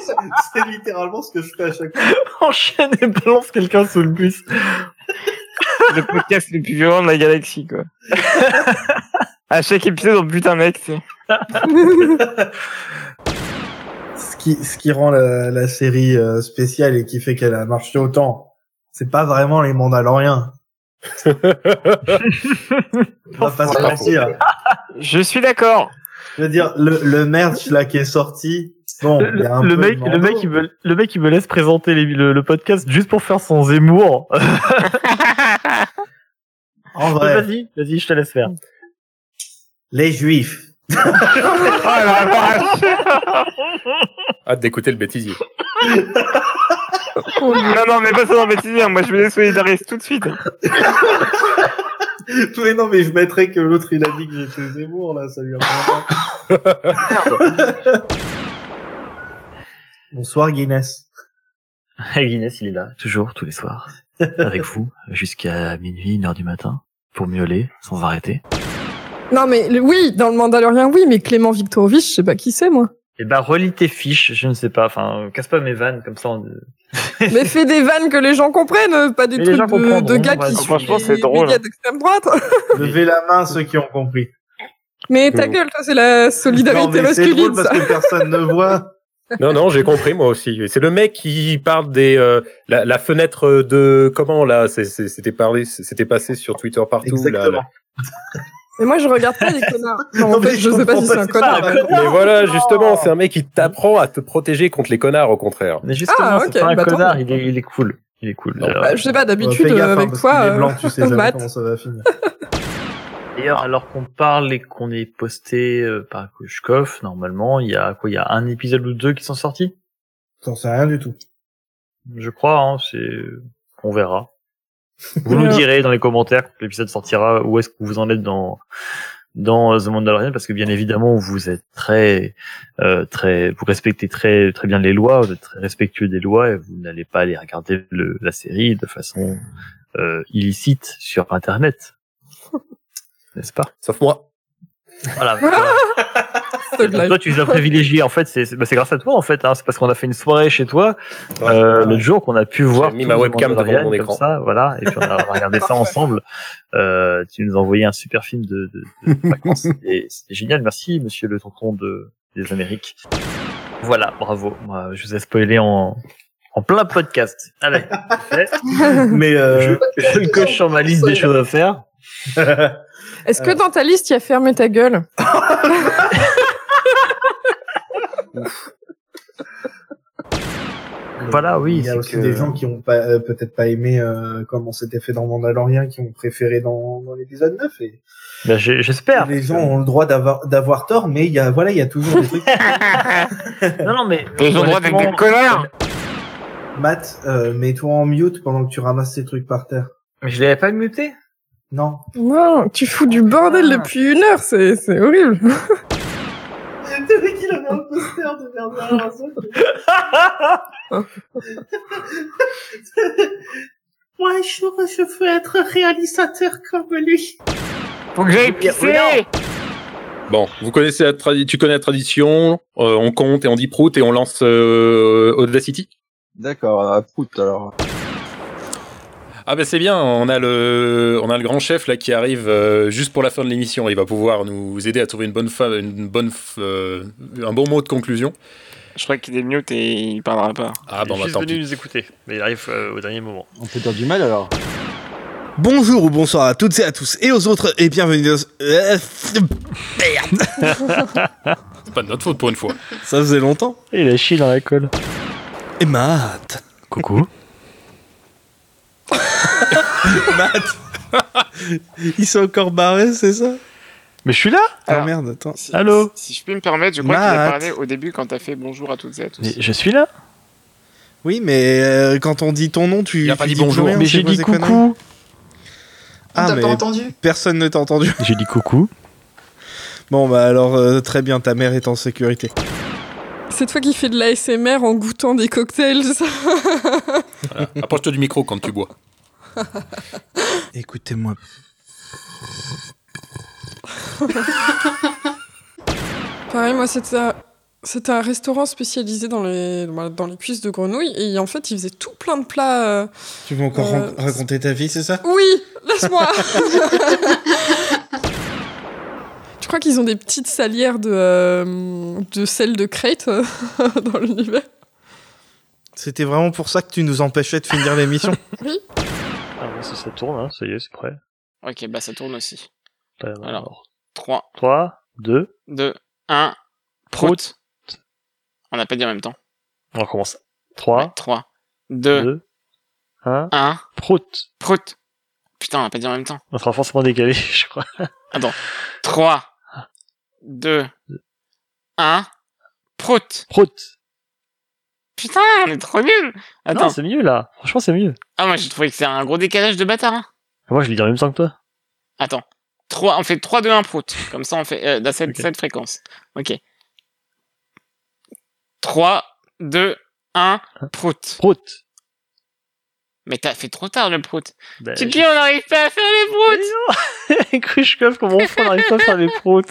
S3: C'est littéralement ce que je fais à chaque fois.
S2: Enchaîne et balance quelqu'un sous le bus.
S4: Le podcast le plus violent de la galaxie, quoi. À chaque épisode, on bute un mec, tu sais.
S3: Ce qui, ce qui rend la, la série euh, spéciale et qui fait qu'elle a marché autant, c'est pas vraiment les Mandaloriens. on va pas se mentir.
S4: Je suis d'accord.
S3: Je veux dire, le, le merch là qui est sorti, bon,
S2: Le,
S3: il y a un
S2: le
S3: peu
S2: mec,
S3: de
S2: le, mec,
S3: Mando.
S2: il me, le mec, il me laisse présenter les- le, le podcast juste pour faire son Zemmour.
S3: En vrai,
S2: Vas-y, vas-y, je te laisse faire.
S3: les Juifs.
S4: Oh la vache.
S12: Hâte d'écouter le bêtisier.
S4: Non, non, mais pas ça dans le bêtisier. Moi, je me désolidarise tout de suite.
S3: Tous les noms, mais je mettrais que l'autre il a dit que j'étais Zemmour là, ça lui apprendra. Bonsoir Guinness.
S2: Et Guinness, il est là, toujours, tous les soirs. Avec vous, jusqu'à minuit, une heure du matin. Pour miauler, sans arrêter.
S6: Non mais le- oui, dans le Mandalorian, oui, mais Clément Viktorovitch, je sais pas qui c'est moi.
S2: Eh ben, relis tes fiches, je ne sais pas, enfin, casse pas mes vannes, comme ça, on,
S6: Mais fais des vannes que les gens comprennent, euh, pas des
S2: Mais les
S6: trucs
S2: gens
S6: de, de
S2: comprendront,
S6: gars
S2: ouais.
S6: qui
S2: Ah,
S6: sont
S4: franchement, c'est
S6: des
S4: drôle,
S6: médias
S4: hein.
S6: d'extrême droite.
S3: Levez la main ceux qui ont compris.
S6: Mais ta
S1: Mm.
S6: gueule, toi, c'est la
S3: Non,
S6: solidarité
S3: mais c'est drôle
S6: masculine,
S3: parce
S6: ça.
S3: que personne ne voit.
S1: Non, non, j'ai compris moi aussi. C'est le mec qui parle des euh, la, la fenêtre de comment là, c'est- c'est- c'était parlé, c'était passé sur Twitter partout. là,
S3: Exactement.
S1: là.
S6: Mais moi, je regarde pas les connards. Non,
S3: Non,
S6: en fait,
S3: mais
S6: je sais pas
S3: comprends
S6: si c'est un
S3: ça,
S6: connard. hein.
S3: par
S2: connard.
S3: contre.
S1: Mais voilà, justement, c'est un mec qui t'apprend à te protéger contre les connards, au contraire.
S2: Mais justement,
S6: Ah, ok,
S2: c'est pas un
S6: bah, tant
S2: connard,
S6: mieux.
S2: il est, il est cool. Il est cool. Alors,
S6: Bah, je sais pas,
S3: Fais
S6: d'habitude,
S3: gaffe,
S6: euh,
S3: hein,
S6: avec
S3: parce
S6: toi,
S3: qu'il est
S6: euh,
S3: blanc, tu sais jamais
S6: Matt.
S3: comment ça va finir.
S2: D'ailleurs, alors qu'on parle et qu'on est posté euh, par Kouchkov, normalement, il y a quoi Il y a un épisode ou deux qui sont sortis
S3: J'en sais rien du tout.
S2: Je crois, hein, c'est... On verra. Vous nous direz dans les commentaires quand l'épisode sortira où est-ce que vous en êtes dans dans euh, The Mandalorian parce que bien évidemment vous êtes très euh, très vous respectez très très bien les lois vous êtes très respectueux des lois et vous n'allez pas aller regarder le- la série de façon euh, illicite sur internet n'est-ce pas
S1: Sauf moi.
S2: voilà, voilà.
S6: Thug Life.
S2: Toi, tu les as privilégiés. En fait, c'est c'est- bah, c'est grâce à toi, en fait. hein. C'est parce qu'on a fait une soirée chez toi euh, l'autre jour qu'on a pu voir.
S14: mis
S2: tous
S14: ma
S2: les
S14: webcam devant
S2: Mandalorian
S14: mon
S2: comme
S14: écran.
S2: Ça, voilà. Et puis on a regardé ça ensemble. Euh, tu nous as envoyé un super film de, de, de vacances. Et C'était génial. Merci, monsieur le tonton de, des Amériques. Voilà, bravo. Moi, je vous ai spoilé en, en plein podcast. Allez, c'est fait.
S15: Mais
S2: euh, je, je le coche sur ma liste des choses à faire.
S6: Est-ce que dans ta liste, il y a fermé ta gueule
S2: Voilà, oui,
S15: Il y a
S2: c'est
S15: aussi
S2: que-
S15: des gens qui ont pas, euh, peut-être pas aimé euh, comment c'était fait dans Mandalorian, qui ont préféré dans, dans l'épisode 9. Et
S2: Bah, j'ai- J'espère.
S15: les gens ont le droit d'avoir d'avoir tort, mais il y a voilà, il y a toujours des trucs.
S2: non, non, mais
S15: Ils ont le droit
S2: honnêtement,
S15: d'être des connards. Matt, euh, mets-toi en mute pendant que tu ramasses ces trucs par terre.
S2: Mais je l'avais pas muté.
S15: Non.
S6: Non, tu fous du bordel depuis une heure, c'est c'est horrible.
S5: Dès qu'il avait un poster de Bernard Arnault.
S15: Moi, je, je veux être réalisateur comme lui.
S4: Faut que j'aille
S15: pisser.
S1: Bon, vous connaissez la tradi- tu connais la tradition, euh, on compte et on dit prout et on lance euh, Audacity
S16: D'accord, à prout alors.
S1: Ah ben c'est bien, on a le on a le grand chef là qui arrive euh, juste pour la fin de l'émission, il va pouvoir nous aider à trouver une bonne fa- une bonne f- euh, un bon mot de conclusion.
S4: Je crois qu'il est mute et il parlera pas.
S1: Ah
S4: bon,
S1: bah,
S17: juste
S1: tant
S17: venu
S1: pis.
S17: nous écouter, mais il arrive euh, au dernier moment.
S18: On peut dire du mal alors.
S3: Bonjour ou bonsoir à toutes et à tous et aux autres et bienvenue dans... Euh, merde
S1: C'est pas de notre faute pour une fois.
S3: Ça faisait longtemps.
S2: Il a chié dans la colle.
S3: Et Matt
S2: Coucou.
S3: Matt Ils sont encore barrés, c'est ça
S2: Mais je suis là
S3: Ah merde, attends.
S2: Allô
S4: Si je peux me permettre, je crois qu'il a
S3: Matt.
S4: parlé au début quand t'as fait bonjour à toutes et à tous.
S2: je suis là
S3: Oui, mais euh, quand on dit ton nom, tu.
S4: Il a pas
S3: tu
S4: dit
S3: dis plus
S4: bonjour.
S3: rien,
S4: Mais
S3: c'est
S4: j'ai
S3: quoi
S4: dit
S3: ces
S4: coucou.
S3: conneries
S18: On
S3: Ah,
S18: t'a
S3: mais
S18: pas entendu.
S3: Personne ne t'a entendu.
S2: J'ai dit coucou.
S3: Bon, bah alors, euh, très bien, ta mère est en sécurité.
S6: C'est toi qui fais de l'ASMR en goûtant des cocktails, ça
S1: Voilà. Approche-toi du micro quand tu bois.
S3: Écoutez-moi.
S6: Pareil, moi, c'était un... c'était un restaurant spécialisé dans les... bah, dans les cuisses de grenouilles et en fait, ils faisaient tout plein de plats. euh,
S3: Tu veux encore
S6: Euh,
S3: ran- raconter ta vie, c'est ça
S6: Oui, laisse-moi. Tu crois qu'ils ont des petites salières de, euh, de sel de crête euh, dans l'univers
S3: C'était vraiment pour ça que tu nous empêchais de finir l'émission
S6: Oui.
S2: Ah bon, ça, ça tourne, hein, ça y est, c'est prêt.
S4: Ok, bah ça tourne aussi.
S2: Alors,
S4: 3,
S2: 3, 2,
S4: 2, 1. Prout. On n'a pas dit en même temps.
S2: on recommence. 3,
S4: 3, 2,
S2: 1.
S4: 1.
S2: Prout.
S4: Prout. Putain, on n'a pas dit en même temps.
S2: On sera forcément décalé, je crois.
S4: Attends. 3, 2, 1. Prout.
S2: Prout.
S4: Putain, on est trop nuls. Attends.
S2: Non, c'est mieux là. Franchement, c'est mieux.
S4: Ah, moi, j'ai trouvé que c'est un gros décalage de bâtard. hein.
S2: Moi, je l'ai dit en même temps que toi.
S4: Attends. 3, on fait 3, 2, 1, prout. Comme ça, on fait euh, dans cette, cette fréquence. Ok. 3, 2, 1, prout.
S2: Prout.
S4: Mais t'as fait trop tard le prout.
S2: Ben,
S4: tu
S2: je-
S4: te dis, on n'arrive pas à faire les
S2: prouts. Khrushchev, comment on fait, on n'arrive pas à faire les proutes.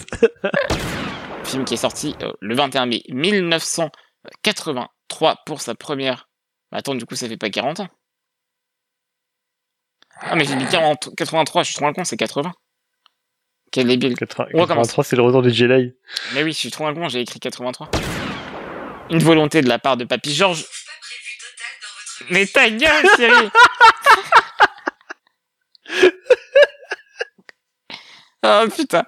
S4: Film qui est sorti euh, le 21 mai 1983 pour sa première. Bah, attends, du coup, ça fait pas 40 ans. Ah, mais j'ai dit 40 83, je suis trop un con, c'est 80. Quel débile. On recommence.
S2: 83, c'est le retour du Jedi.
S4: Mais oui, je suis trop un con, j'ai écrit 83. Une volonté de la part de Papy Georges. Mais ta gueule, chérie Oh putain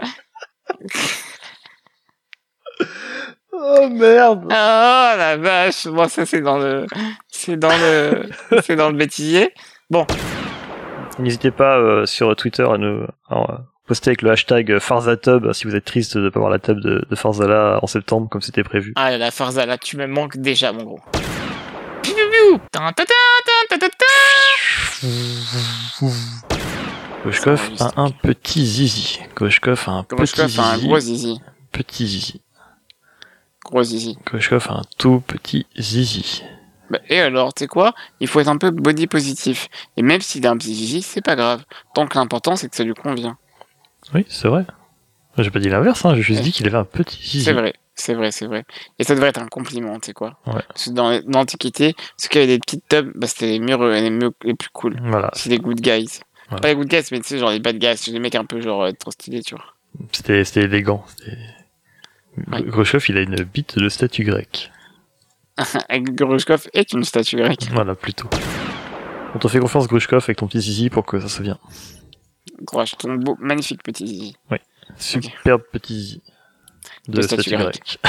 S2: Oh merde
S4: Oh la vache Bon, ça c'est dans le... C'est dans le... C'est dans le bêtisier. Bon.
S2: N'hésitez pas euh, sur Twitter à nous à, euh, poster avec le hashtag Farzatub si vous êtes triste de ne pas voir la tub de, de Farzala en septembre comme c'était prévu.
S4: Ah la Farza, là, tu me manques déjà, mon gros. Piou, piou, piou. Tin, tin, tin, tin, tin, tin, tin.
S2: Koshkov a un petit zizi. Koshkov a un petit
S4: Koshkov
S2: zizi.
S4: a un gros zizi.
S2: Petit zizi.
S4: Gros zizi.
S2: Koshkov a un tout petit zizi.
S4: Bah, et alors, tu sais quoi Il faut être un peu body positif. Et même s'il a un petit zizi, c'est pas grave. Tant que l'important, c'est que ça lui convient.
S2: Oui, c'est vrai. J'ai pas dit l'inverse, hein, j'ai juste dit qu'il avait un petit zizi.
S4: C'est vrai. C'est vrai, c'est vrai. Et ça devrait être un compliment, tu sais quoi.
S2: Ouais.
S4: Parce que dans dans l'Antiquité, ceux qui avaient des petites tubs, bah, c'était les mieux, les mieux, les plus cool.
S2: Voilà.
S4: C'est les good guys. Pas les good guys, mais tu sais, genre les bad guys, c'est les mecs un peu genre euh, trop stylés, tu vois.
S2: C'était c'était élégant. c'était- Khrushchev, il a une bite de statue grecque.
S4: Grushkov est une statue grecque.
S2: Voilà, plutôt. On te fait confiance, Grushkov, avec ton petit zizi pour que ça se vienne.
S4: Grosh, ton beau, magnifique petit zizi.
S2: Oui. Superbe petit zizi. De,
S4: De
S2: statue,
S4: statue
S2: grecque.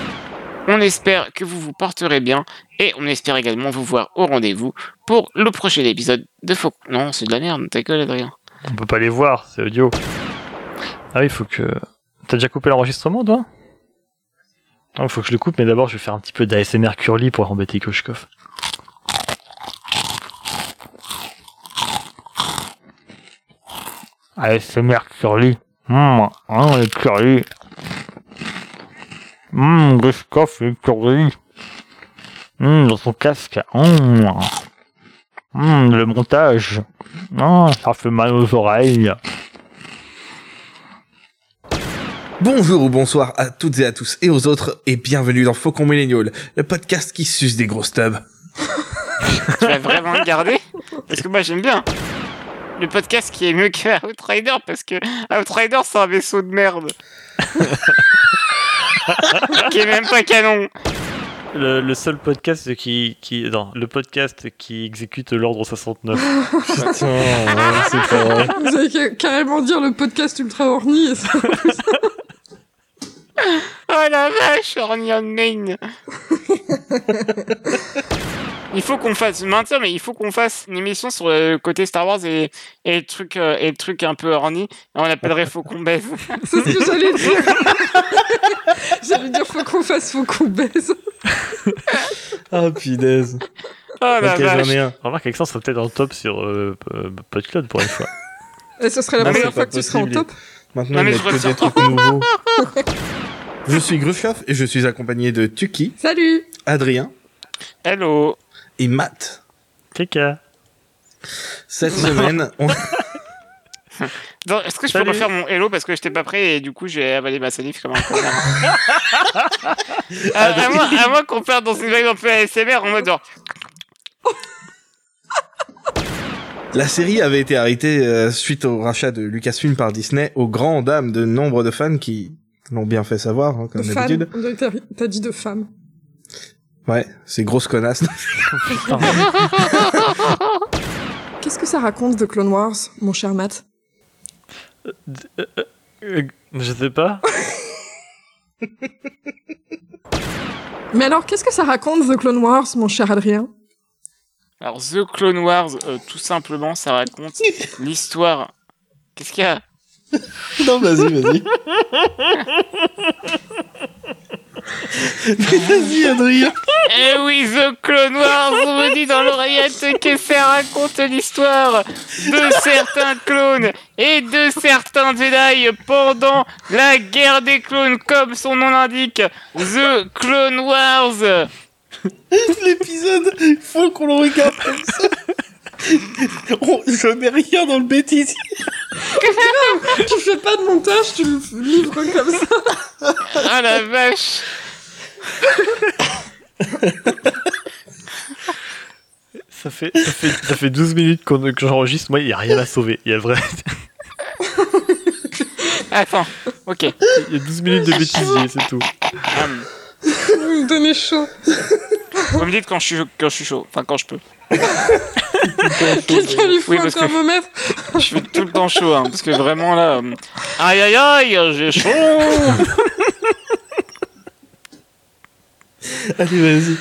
S4: On espère que vous vous porterez bien et on espère également vous voir au rendez-vous pour le prochain épisode de Faux. Non, c'est de la merde, t'as gueule, Adrien.
S2: On peut pas les voir, c'est audio. Ah oui, faut que. T'as déjà coupé l'enregistrement, toi Il faut que je le coupe, mais d'abord, je vais faire un petit peu d'ASMR Curly pour embêter Koshkov. ASMR Curly. Hum, hein, le Curly. Hum, Koshkov, le Curly. Hum, dans son casque. Hum. Hum, le montage. Non, ça fait mal aux oreilles.
S3: Bonjour ou bonsoir à toutes et à tous et aux autres et bienvenue dans Faucon Millennial, le podcast qui suce des grosses tubs.
S4: Tu vas vraiment le garder Parce que moi j'aime bien. Le podcast qui est mieux que Outrider parce que Outrider c'est un vaisseau de merde. qui est même pas canon.
S2: Le, le seul podcast qui, qui. Non, le podcast qui exécute l'ordre 69.
S6: Putain, ouais,
S2: c'est
S6: Vous allez ca- carrément dire le podcast ultra horny. et ça-
S4: Oh la vache, Orny on Main. Il faut qu'on fasse, je maintiens, mais il faut qu'on fasse une émission sur le côté Star Wars et, et le truc, euh, et le truc un peu horny. Et on l'appellerait Oh Faut qu'on baise.
S6: C'est ce que j'allais dire. j'allais dire faut qu'on fasse, faut qu'on baise.
S3: Ah, punaise.
S4: Ah
S6: la Ok, j'en ai vache. un.
S2: Remarque, Alexandre serait peut-être en top sur euh, p- euh, PodCloud pour une fois.
S6: Et ce serait la
S3: Non, mais
S6: première
S3: c'est
S6: fois
S3: pas
S6: que tu seras en
S3: possible.
S6: top.
S3: Maintenant, il n'y a que des trucs nouveaux. Je suis Grushkov et je suis accompagné de Tuki.
S6: Salut
S3: Adrien.
S4: Hello.
S3: Et Matt.
S2: Kika.
S3: Cette semaine, on...
S4: Non, Est-ce que je
S3: Salut.
S4: peux refaire mon hello parce que j'étais pas prêt et du coup j'ai avalé ma salive comme un connard. à,
S6: Ah,
S4: à moins, à moins qu'on parte dans une vague un peu ASMR en mode genre.
S3: la série avait été arrêtée euh, suite au rachat de Lucasfilm par Disney aux grandes dames de nombre de fans qui l'ont bien fait savoir, hein,
S6: De
S3: comme
S6: femme.
S3: d'habitude.
S6: On dirait que t'as- T'as dit de femme.
S3: Ouais, c'est grosse connasse.
S6: Qu'est-ce que ça raconte de Clone Wars, mon cher Matt
S2: Euh, je sais pas.
S6: Mais alors, qu'est-ce que ça raconte The Clone Wars, mon cher Adrien
S4: Alors The Clone Wars, euh, tout simplement, ça raconte l'histoire. Qu'est-ce qu'il y a
S3: non, vas-y, vas-y. vas-y, Adrien.
S4: Eh oui, The Clone Wars, on me dit dans l'oreillette que ça raconte l'histoire de certains clones et de certains Jedi pendant la guerre des clones, comme son nom l'indique. The Clone Wars.
S3: L'épisode, il faut qu'on le regarde comme ça. On- je mets rien dans le bêtise.
S6: tu fais pas de montage, tu Ah, le livres comme ça.
S4: Ah la vache
S2: Ça fait, ça fait, ça fait 12 minutes qu'on que j'enregistre. Moi, il n'y a rien à sauver. Il y a vrai.
S4: Attends, ok.
S2: Il y a 12 minutes de bêtisier, c'est tout.
S4: Hum.
S6: Vous me donnez chaud.
S4: Vous me dites quand je suis quand je suis chaud, enfin quand je peux.
S6: Quelqu'un lui faut
S4: Oui,
S6: un
S4: parce que-
S6: thermomètre.
S4: Je suis tout le temps chaud, hein, parce que vraiment là. euh, Aïe aïe aïe, j'ai chaud
S3: Allez, vas-y.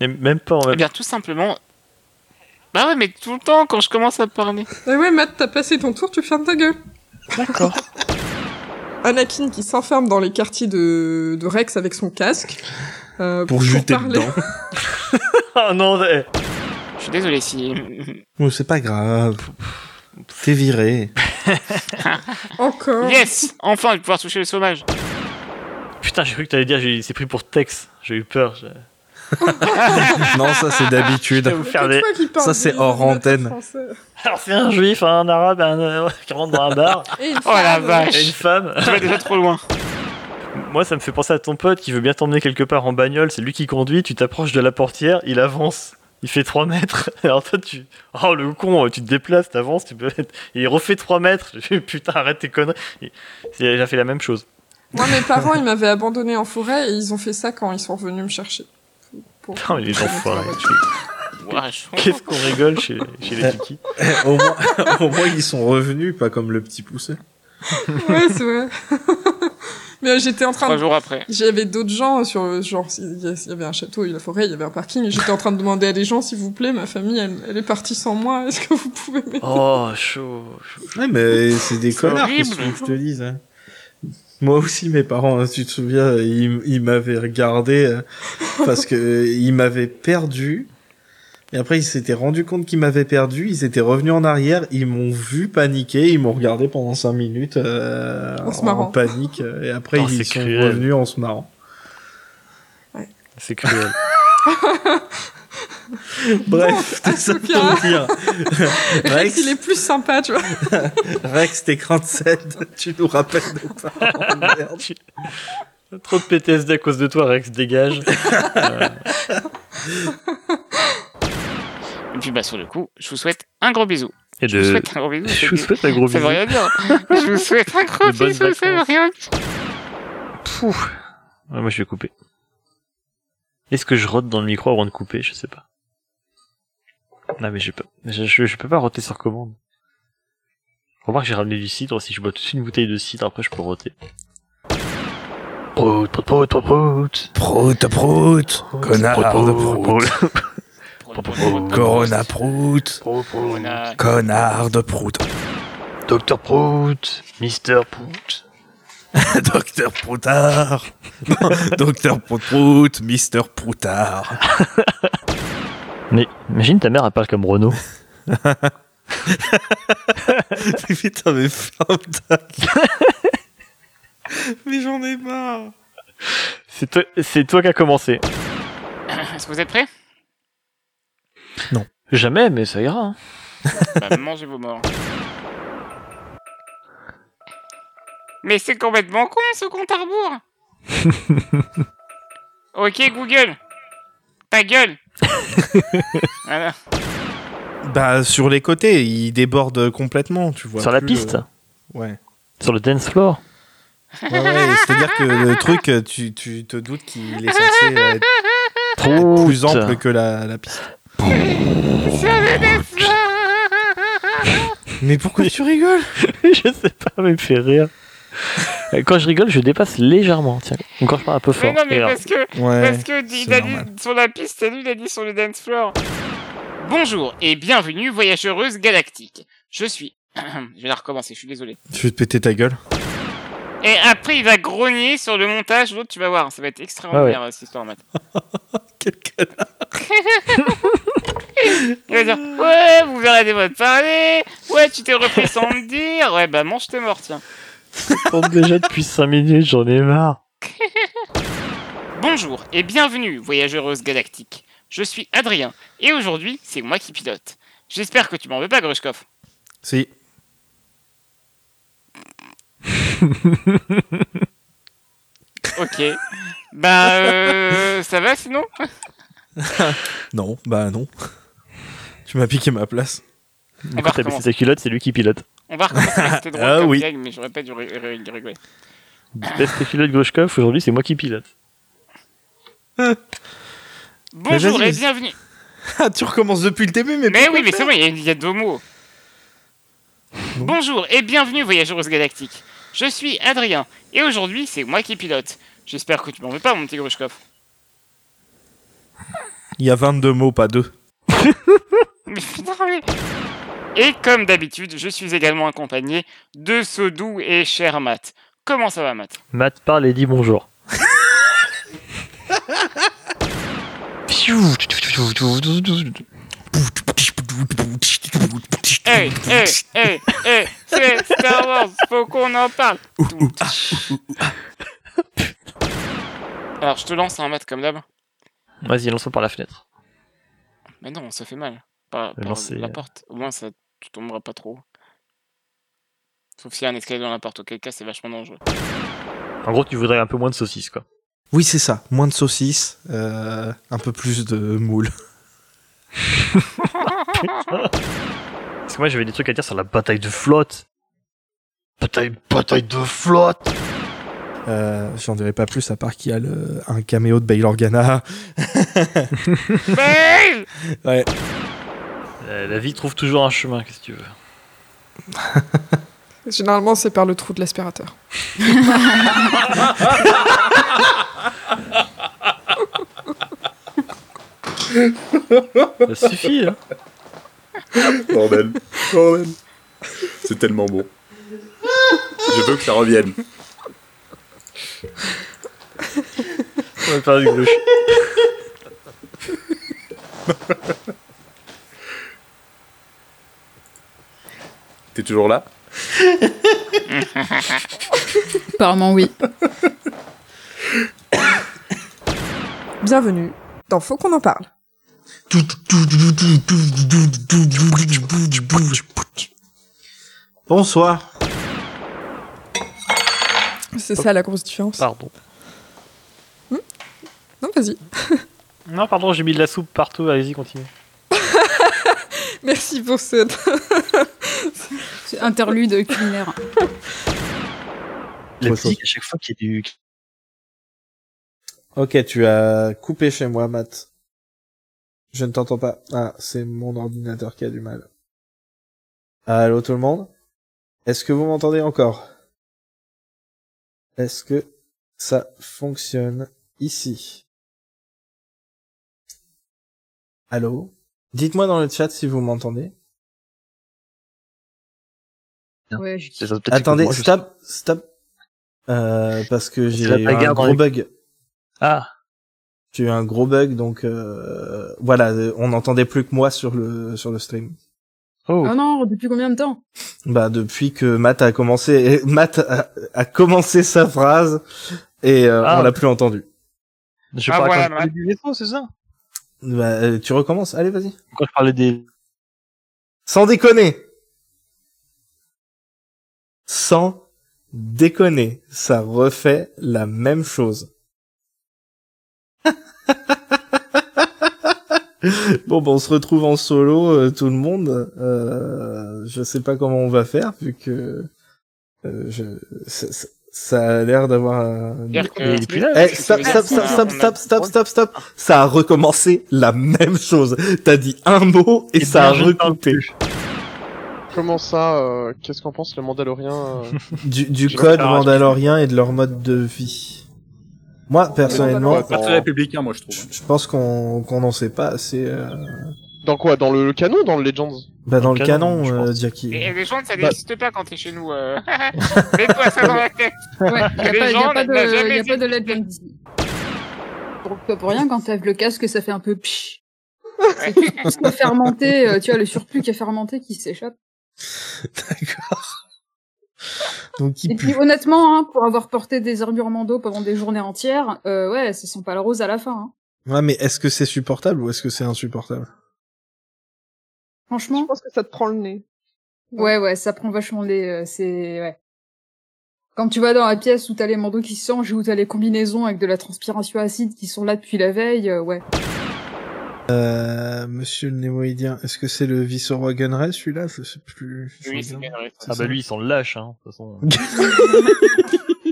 S2: Mais même pas en
S4: Eh bien, tout simplement. Bah ouais, mais tout le temps quand je commence à parler.
S6: Ah ouais, Matt, t'as passé ton tour, tu fermes ta gueule.
S2: D'accord.
S6: Anakin qui s'enferme dans les quartiers de, de Rex avec son casque. euh,
S3: Pour jeter
S6: parler.
S3: dedans.
S2: Oh non, eh.
S4: Je suis désolé si.
S3: Bon, Oh, c'est pas grave. T'es viré.
S6: Encore.
S4: Yes Enfin, je vais pouvoir toucher le sauvage.
S2: Putain, j'ai cru que t'allais dire, j'ai- c'est pris pour Tex. J'ai eu peur. j'ai-
S3: Non, ça c'est
S2: Je
S3: d'habitude.
S2: vais vous faire des-
S3: Ça c'est hors antenne.
S2: Alors, c'est un juif, un arabe, un, euh, qui rentre dans un bar.
S6: Et une
S2: Oh la
S6: femme.
S2: vache. Et une femme.
S4: Tu vas déjà trop loin.
S2: Moi, ça me fait penser à ton pote qui veut bien t'emmener quelque part en bagnole. C'est lui qui conduit. Tu t'approches de la portière, il avance. Il fait 3 mètres. Alors toi, tu. Oh le con, tu te déplaces, t'avances, tu peux. Et il refait 3 mètres. Je fais, Putain, arrête tes conneries. Et Il a fait la même chose.
S6: Moi, mes parents, ils m'avaient abandonné en forêt et ils ont fait ça quand ils sont revenus me chercher. Pour-
S2: Putain, mais les enfoirés. Qu'est-ce qu'on rigole chez, chez les Kiki
S3: au, moins, au moins, ils sont revenus, pas comme le petit poussé.
S6: Ouais, c'est vrai. Mais euh, j'étais en train.
S4: Trois
S6: de-
S4: jours après.
S6: J'avais d'autres gens sur le genre. Il y a- il y avait un château, il y a la forêt, il y avait un parking. et J'étais en train de demander à des gens, s'il vous plaît, ma famille, elle, elle est partie sans moi. Est-ce que vous pouvez m'aider
S2: Oh, chaud.
S3: Ouais, mais c'est des
S6: C'est
S3: connards,
S6: horrible.
S3: qu'est-ce que tu veux que je te dise hein. Moi aussi, mes parents, hein, tu te souviens, ils, ils m'avaient regardé euh, parce que euh, ils m'avaient perdu. Et après, ils s'étaient rendu compte qu'ils m'avaient perdu. Ils étaient revenus en arrière. Ils m'ont vu paniquer. Ils m'ont regardé pendant cinq minutes euh,
S6: En se
S3: en,
S6: marrant.
S3: panique. euh, Et après,
S2: Oh,
S3: ils
S2: c'est
S3: sont
S2: cruel.
S3: revenus en se marrant.
S2: C'est cruel.
S3: Bref, tout ça pour
S6: Asuka.
S3: dire.
S6: Rex,
S3: Rex,
S6: il est plus sympa, tu vois.
S3: Rex, t'es 47. Tu nous rappelles de ta merde.
S2: Trop de PTSD à cause de toi, Rex, dégage. Euh,
S4: Et puis bah sur le coup, je vous souhaite un gros bisou.
S2: Et
S4: je vous
S2: de-
S4: souhaite un gros bisou.
S2: je vous souhaite un gros
S4: Ça veut
S2: bisou.
S4: rien dire. je vous souhaite un gros
S2: De bonnes
S4: bisou, ça veut
S2: vacances.
S4: rien dire.
S2: Pouf. Ouais, moi, je vais couper. Est-ce que je rote dans le micro avant de couper Je sais pas. Non, mais je peux, je, je- je peux pas roter sur commande. Remarque, j'ai ramené du cidre. Si je bois tout de suite une bouteille de cidre, après, je peux roter. Prout, prout, prout, prout, prout.
S3: Prout, prout, connard de prout. Corona prout,
S2: Corona.
S3: connard de prout.
S2: Docteur Prout. Mister Prout.
S3: Docteur Proutard. Docteur Prout Prout, Mister Proutard.
S2: Mais imagine ta mère, elle parle comme Renault.
S17: Ah,
S3: Putain, mais ferme ta Mais j'en ai marre.
S2: C'est toi, c'est toi qui as commencé.
S4: Est-ce que vous êtes prêts
S2: Jamais, mais ça ira. hein.
S4: Bah mangez vos morts. Mais c'est complètement con ce compte à rebours. ok Google. Ta gueule. voilà.
S3: Bah, sur les côtés, il déborde complètement, tu vois.
S2: Sur la
S3: plus
S2: piste
S3: le- Ouais.
S2: Sur le dance floor
S3: Ouais, ouais, c'est-à-dire que le truc, euh, tu, tu te doutes qu'il est censé euh, être
S2: Prout.
S3: plus ample que la, la piste. Mais pourquoi tu rigoles
S2: Je sais pas, mais il me fait rire. Euh, Quand je rigole, je dépasse légèrement. Tiens, ou quand je parle un peu fort.
S4: Mais non, mais
S2: Et alors-
S4: parce que, parce que il a dit sur la piste et lui il a dit sur le dance floor. Bonjour et bienvenue voyageuse galactique. Je suis. je vais la recommencer, je suis désolé.
S3: Je vais te péter ta gueule.
S4: Et après il va grogner sur le montage, l'autre tu vas voir, ça va être extrêmement
S3: Ah ouais.
S4: clair euh, cette histoire maintenant. Il va dire Ouais, vous verrez des voix de parler. Ouais, tu t'es repris sans me dire. Ouais, bah mange tes morts, tiens.
S2: Tombe déjà depuis 5 minutes, j'en ai marre.
S4: Bonjour et bienvenue, voyageuse galactique. Je suis Adrien et aujourd'hui, c'est moi qui pilote. J'espère que tu m'en veux pas, Grushkov.
S3: Si.
S4: Ok. bah, euh, ça va sinon
S3: non, bah non. Tu m'as piqué ma place.
S4: On
S2: Quand
S4: va
S2: t'as baissé ta culotte, c'est lui qui pilote.
S4: On va recommencer avec tes droits
S3: Ah
S4: comme
S3: oui.
S4: gag, mais j'aurais pas dû ri- ri- rigoler.
S2: Baisse tes culottes, Grushkov. Aujourd'hui, c'est moi qui pilote.
S4: Bonjour
S3: vas-y,
S4: et
S3: vas-y.
S4: bienvenue.
S3: Ah, tu recommences depuis le début, mais.
S4: Mais oui, mais c'est bon, il y a- il y, a deux mots. Bonjour et bienvenue, voyageuse galactique. Je suis Adrien et aujourd'hui, c'est moi qui pilote. J'espère que tu m'en veux pas, mon petit Grushkov.
S3: Il y a 22 mots, pas deux.
S4: Mais putain, mais- Et comme d'habitude, je suis également accompagné de ce doux et cher Matt. Comment ça va, Matt
S2: Matt parle et dit bonjour.
S4: Hey, hey, hey, hey, c'est Star Wars, faut qu'on en parle. Alors, je te lance un Matt comme d'hab.
S2: Vas-y, lançons par la fenêtre.
S4: Mais non, ça fait mal. Par,
S2: Le
S4: par
S2: lancer,
S4: la
S2: euh.
S4: porte. Au moins, ça, tu tomberas pas trop. Sauf s'il y a un escalier dans la porte, auquel cas, c'est vachement dangereux.
S17: En gros, tu voudrais un peu moins de saucisses, quoi.
S3: Oui, c'est ça. Moins de saucisses, euh, un peu plus de moules.
S17: Parce que moi, j'avais des trucs à dire sur la bataille de flotte. Bataille, bataille de flotte.
S3: Euh, J'en dirai pas plus à part qu'il y a le- un caméo de Bail Organa.
S4: Bail
S3: Ouais.
S17: Euh, la vie trouve toujours un chemin, qu'est-ce que tu veux.
S6: Généralement, c'est par le trou de l'aspirateur.
S17: Ça suffit, hein.
S1: Bordel. Bordel. C'est tellement bon. Je veux que ça revienne.
S17: On va faire du gauche.
S1: T'es toujours là
S19: Apparemment, oui.
S6: Bienvenue dans Faut qu'on en parle.
S3: Bonsoir.
S6: C'est ça la grosse différence.
S3: Ah.
S17: Pardon.
S6: Non, vas-y.
S17: Non, pardon, j'ai mis de la soupe partout, allez-y, continue.
S6: Merci pour cette.
S19: C'est interlude culinaire.
S17: La musique, à chaque fois qu'il y a du...
S3: Ok, tu as coupé chez moi, Matt. Je ne t'entends pas. Ah, c'est mon ordinateur qui a du mal. Allô tout le monde Est-ce que vous m'entendez encore Est-ce que ça fonctionne ici Allô Dites-moi dans le chat si vous m'entendez.
S19: Ouais,
S3: Attendez, stop, stop. Euh, parce que j'ai
S17: la
S3: eu
S17: bagarre
S3: un
S17: dans
S3: gros
S17: les-
S3: bug.
S17: Ah.
S3: J'ai eu un gros bug, donc euh, voilà, euh, on n'entendait plus que moi sur le sur le stream.
S19: Oh. non, depuis combien de temps
S3: Bah depuis que Matt a commencé, et Matt a, a commencé sa phrase et euh,
S17: Ah.
S3: on l'a plus entendu.
S17: Je Ah, parle voilà, quand je Matt.
S3: du c'est ça Bah euh, tu recommences, allez vas-y.
S17: Quand je parlais des...
S3: Sans déconner. Sans déconner, ça refait la même chose. bon, bon, on se retrouve en solo, euh, tout le monde. Euh, je sais pas comment on va faire, vu que euh, je, ça, ça- ça a l'air d'avoir. un-
S4: Dire que-
S3: Eh,
S4: Il est plus là,
S3: eh,
S4: je
S3: stop,
S4: peux
S3: stop, stop,
S4: dire qu'on
S3: stop,
S4: a- on a-
S3: stop, stop, stop, stop. Ça a recommencé la même chose. T'as dit un mot et, ça a
S18: bien, je ne parle
S3: recoupé.
S18: Comment ça euh, Qu'est-ce qu'en pense le Mandalorien euh
S3: du, du
S18: Je
S3: code
S18: vais faire un-
S3: mandalorien et de leur mode de vie. Moi, personnellement,
S18: Mandalorien.
S1: Pas très républicain, moi, je trouve.
S3: je pense qu'on qu'on n'en sait pas assez. euh,
S18: Dans quoi Dans le canon ou dans le Legends
S3: Bah, dans, le canon, euh, Jackie.
S4: Et les gens, ça
S18: Bah-
S4: n'existe pas quand t'es chez nous. Euh... Mets-toi ça dans la tête.
S19: Ouais, y a
S4: Les
S19: pas, y
S4: gens
S19: a pas de,
S4: n'a jamais
S19: y a pas de legend. Pour, pas pour rien, quand t'enlèves le casque, ça fait un peu psh. C'est tout ce qui est fermenté, euh, tu vois, le surplus qui est fermenté qui s'échappe.
S3: Donc, il
S19: Et puis, honnêtement, hein, pour avoir porté des armurements d'eau pendant des journées entières, euh, ouais, ça sent pas le rose à la fin. hein.
S3: Ouais, mais est-ce que c'est supportable ou est-ce que c'est insupportable
S19: Franchement. Je
S5: pense que ça te prend le nez.
S19: Ouais, ouais, ça prend vachement les. euh, c'est. Ouais. Quand tu vas dans la pièce où t'as les manteaux qui se changent et où t'as les combinaisons avec de la transpiration acide qui sont là depuis la veille, euh, ouais.
S3: euh, Monsieur le Némoïdien, est-ce que c'est le vice-roi Gunray, celui-là Je sais plus.
S17: Oui,
S3: c'est
S17: Ah bah lui, il s'en lâche, hein, de toute façon.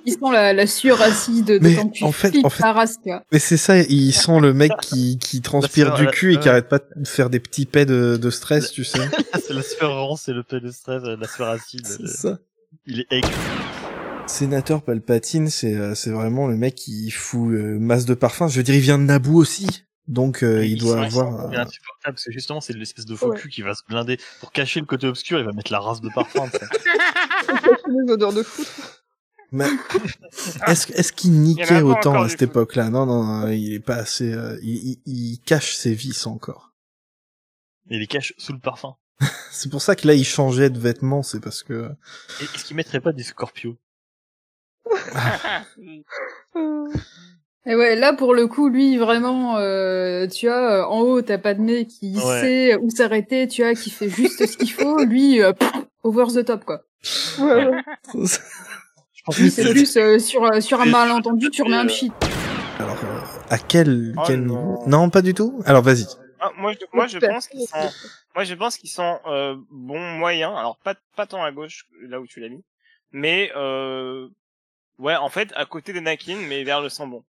S19: Ils sont la, la sueur acide de
S3: Mais
S19: quand tu
S3: en fait-
S19: flippes
S3: en fait-
S19: par Aska.
S3: Mais c'est ça, il sent le mec qui, qui transpire
S17: sœur,
S3: du
S17: la-
S3: cul et qui
S17: ouais.
S3: arrête pas de faire des petits pets de, de stress, tu sais.
S17: c'est la sphère rance et le paix de stress, euh, la sphère acide.
S3: C'est ça.
S17: Il est aigle.
S3: Sénateur Palpatine, c'est euh, c'est vraiment le mec qui fout euh, masse de parfum. Je veux dire, il vient de Naboo aussi, donc euh, il doit avoir.
S17: Il est
S3: euh,
S17: insupportable, parce que justement, c'est l'espèce de faux
S5: Ouais.
S17: cul qui va se blinder. Pour cacher le côté obscur, il va mettre la race de parfum. tu sais.
S5: les odeurs de foutre.
S3: mais- Est-ce que- est-ce qu'il
S5: Il y en
S3: niquait
S5: a pas
S3: autant
S5: encore
S3: à
S5: du
S3: cette époque-là Non, non, non, il est pas assez. euh, il, il- il cache ses vices encore.
S17: Et il les cache sous le parfum.
S3: C'est pour ça que là, il changeait de vêtements. C'est parce que.
S17: Et Est-ce qu'il mettrait pas du Scorpio
S19: Et ouais, là pour le coup, lui vraiment, euh, tu vois, euh, en haut t'as pas de nez qui
S17: Ouais.
S19: sait où s'arrêter, tu vois, qui fait juste ce qu'il faut. Lui, euh, pff, over the top quoi.
S17: Ouais, ouais.
S3: Je
S19: Oui, c'est plus euh, sur, euh, sur un malentendu, tu remets un pchit.
S3: Alors, euh, à quel, quel niveau non. pas du tout. Alors, vas-y.
S20: Ah, moi, je, moi, je pense qu'ils sont, moi, je pense qu'ils sont euh, bons moyens. Alors pas pas tant à gauche là où tu l'as mis, mais euh, ouais, en fait, à côté des Nakin, mais vers le sambon.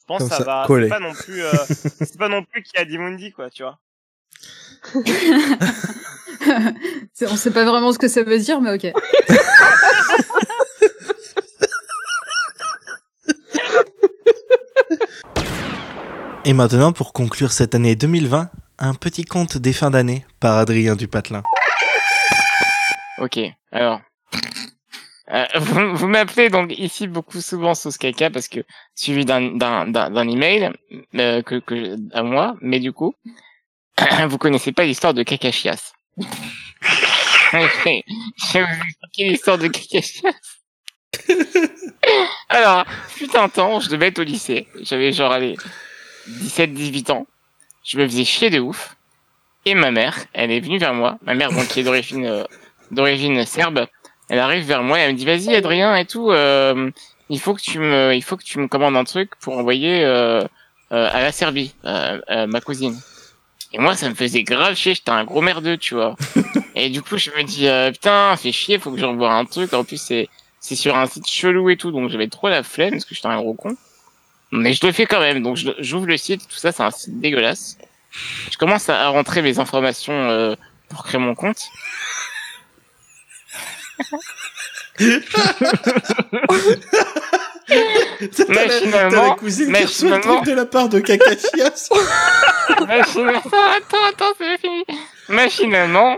S20: Je pense
S3: Comme
S20: que ça,
S3: ça,
S20: va.
S3: collé.
S20: C'est pas non plus, euh, c'est pas non plus qu'il y a Dimundi quoi, tu vois.
S19: C'est- On sait pas vraiment ce que ça veut dire, mais ok.
S3: Et maintenant, pour conclure cette année 2020, un petit conte des fins d'année par Adrien Dupatelin.
S4: Ok, alors. Euh, vous vous m'appelez donc ici beaucoup souvent Sauce Caca parce que suivi d'un d'un d'un d'un email euh, que que à moi, mais du coup vous connaissez pas l'histoire de Cacachias. je vais je vais vous expliquer l'histoire de Cacachias. Alors, fut un temps, je devais être au lycée. J'avais genre allez 17-18 ans. Je me faisais chier de ouf. Et ma mère, elle est venue vers moi. Ma mère, bon, qui est d'origine euh, d'origine serbe, elle arrive vers moi et elle me dit "Vas-y, Adrien et tout. euh, il faut que tu me, il faut que tu me commandes un truc pour envoyer euh, euh, à la Serbie, euh, euh, ma cousine." Et moi, ça me faisait grave chier. J'étais un gros merdeux, tu vois. et du coup, je me dis euh, "Putain, fait chier. Faut que j'envoie un truc. En plus, c'est c'est sur un site chelou et tout, donc j'avais trop la flemme parce que j'étais un gros con." Mais je le fais quand même. Donc je- j'ouvre le site, tout ça, c'est un site dégueulasse. Je commence à à rentrer mes informations euh, pour créer mon compte.
S3: T'as la- t'as la cousine qui reçoit le truc de la part de Cacachias.
S4: Machinalement, attends, attends, c'est pas fini. Machinalement,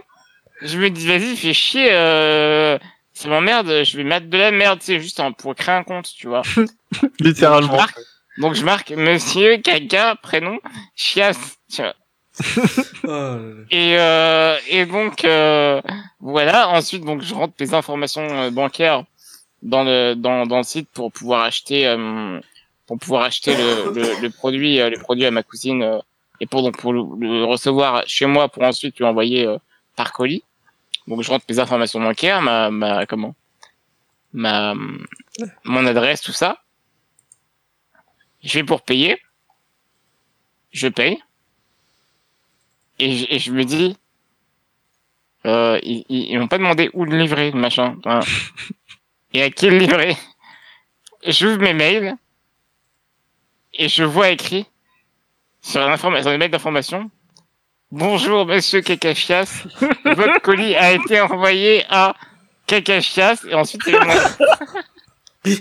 S4: je me dis, vas-y, fais chier, euh, ça m'emmerde, je vais mettre de la merde, c'est juste en- pour créer un compte, tu vois.
S17: Littéralement.
S4: Donc je marque monsieur, caca, prénom, chiasse, tu vois.
S3: Oh
S4: Et, euh, et donc euh, voilà. Ensuite, donc je rentre mes informations euh, bancaires dans le dans, dans le site pour pouvoir acheter euh, pour pouvoir acheter le, le, le produit euh, le produit à ma cousine euh, et pour donc pour le, le recevoir chez moi pour ensuite lui envoyer euh, par colis. Donc je rentre mes informations bancaires, ma ma comment ma mon adresse tout ça. Je vais pour payer. Je paye et je, et je me dis, euh, ils, ils, ils m'ont pas demandé où le livrer, le machin. Enfin, et à qui le livrer J'ouvre mes mails et je vois écrit sur l'information, mail d'information. Bonjour Monsieur Cacafias, votre colis a été envoyé à Cacafias et ensuite il y a mon-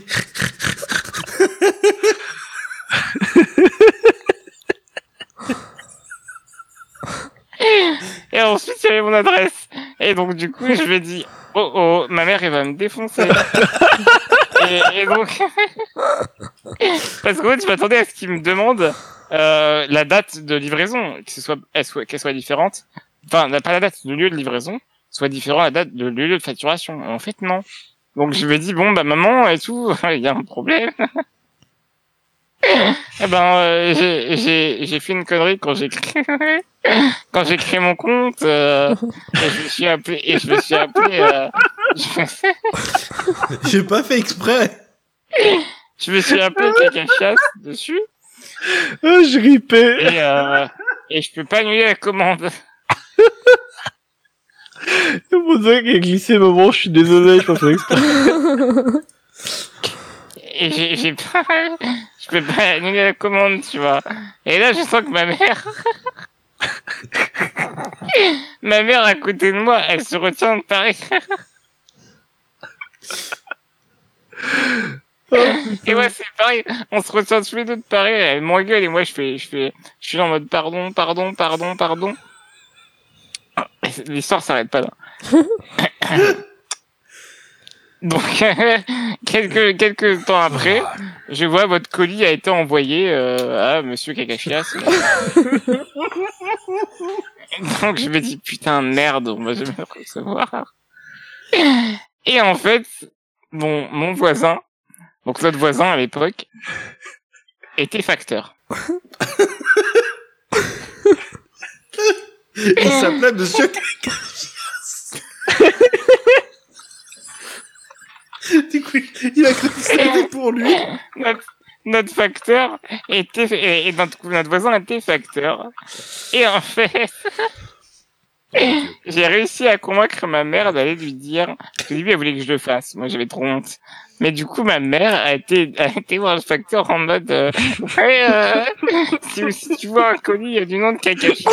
S4: Et ensuite, il y avait mon adresse. Et donc, du coup, je me dis, oh oh, ma mère, elle va me défoncer. et, et donc, parce qu'en fait, je m'attendais à ce qu'il me demande euh, la date de livraison, que ce soit, elle soit- qu'elle soit différente. Enfin, la- pas la date, le lieu de livraison soit différent à la date de le lieu de facturation. En fait, non. Donc, je me dis, bon, bah, maman, et tout, il y a un problème. Eh ben, euh, j'ai- j'ai j'ai fait une connerie quand j'ai créé, quand j'ai créé mon compte. euh, et je me suis appelé. Et je me suis appelé. euh,
S3: J'ai pas fait exprès.
S4: je me suis appelé quelqu'un chasse dessus.
S17: je ripais.
S4: Et, euh, et je peux pas annuler la commande.
S17: Mon doigt qui a glissé au moment, je suis désolé, je pense que
S4: Et j'ai j'ai pas. Je peux pas annuler la commande, tu vois. Et là, je sens que ma mère. ma mère à côté de moi, elle se retient de parler. et ouais, c'est pareil, on se retient tous les deux de parler, elle m'engueule et moi je fais, je fais, je suis là en mode pardon, pardon, pardon, pardon. Et L'histoire s'arrête pas là. Donc, euh, quelques, quelques temps après, je vois votre colis a été envoyé euh, à Monsieur Kakachias. Donc je me dis putain merde, on va jamais le recevoir. Et en fait, mon, mon voisin, donc notre voisin à l'époque, était facteur.
S3: Il s'appelait Monsieur
S15: du coup, il a cru que c'était pour lui.
S4: Notre, notre facteur était, et, et notre, notre voisin était facteur. Et en fait, j'ai réussi à convaincre ma mère d'aller lui dire, parce que lui, elle voulait que je le fasse. Moi, j'avais trop honte. Mais du coup, ma mère a été, a été voir le facteur en mode, euh, ouais, euh, si, si tu vois un colis, il y a du nom de Kakashi.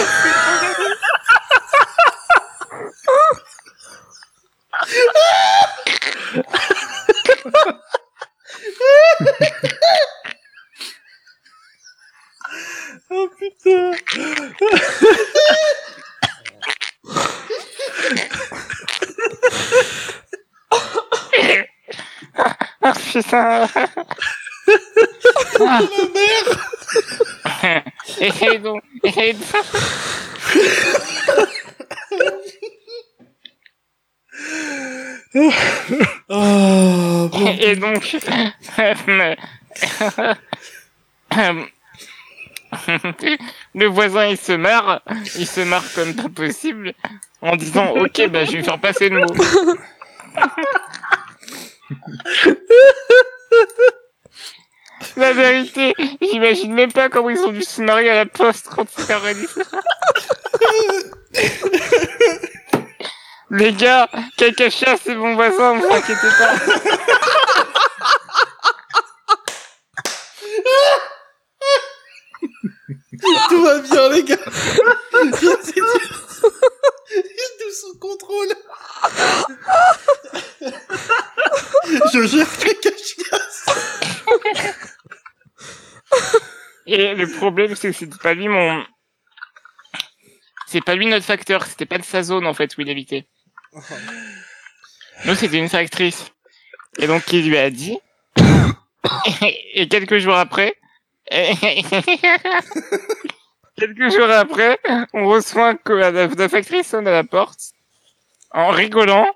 S3: Oh putain
S4: Ah, putain.
S3: La mère
S4: et donc, et donc-
S3: Ah,
S4: et donc, le voisin il se marre, il se marre comme pas possible en disant ok bah je vais faire passer le mot. La vérité, j'imagine même pas comment ils ont dû se marier à la poste quand ils leur ont dit ça. Les gars, Kakasha, c'est mon voisin, vous inquiétez pas.
S15: Tout va bien, les gars. Nous sous contrôle.
S3: Je gère Kakashi
S4: Et le problème, c'est que c'était pas lui mon. C'est pas lui notre facteur, c'était pas de sa zone en fait où il habitait. Nous, c'était une factrice. Et donc, il lui a dit. Et quelques jours après. quelques jours après, on reçoit un co- la, la factrice sonne à la porte. En rigolant.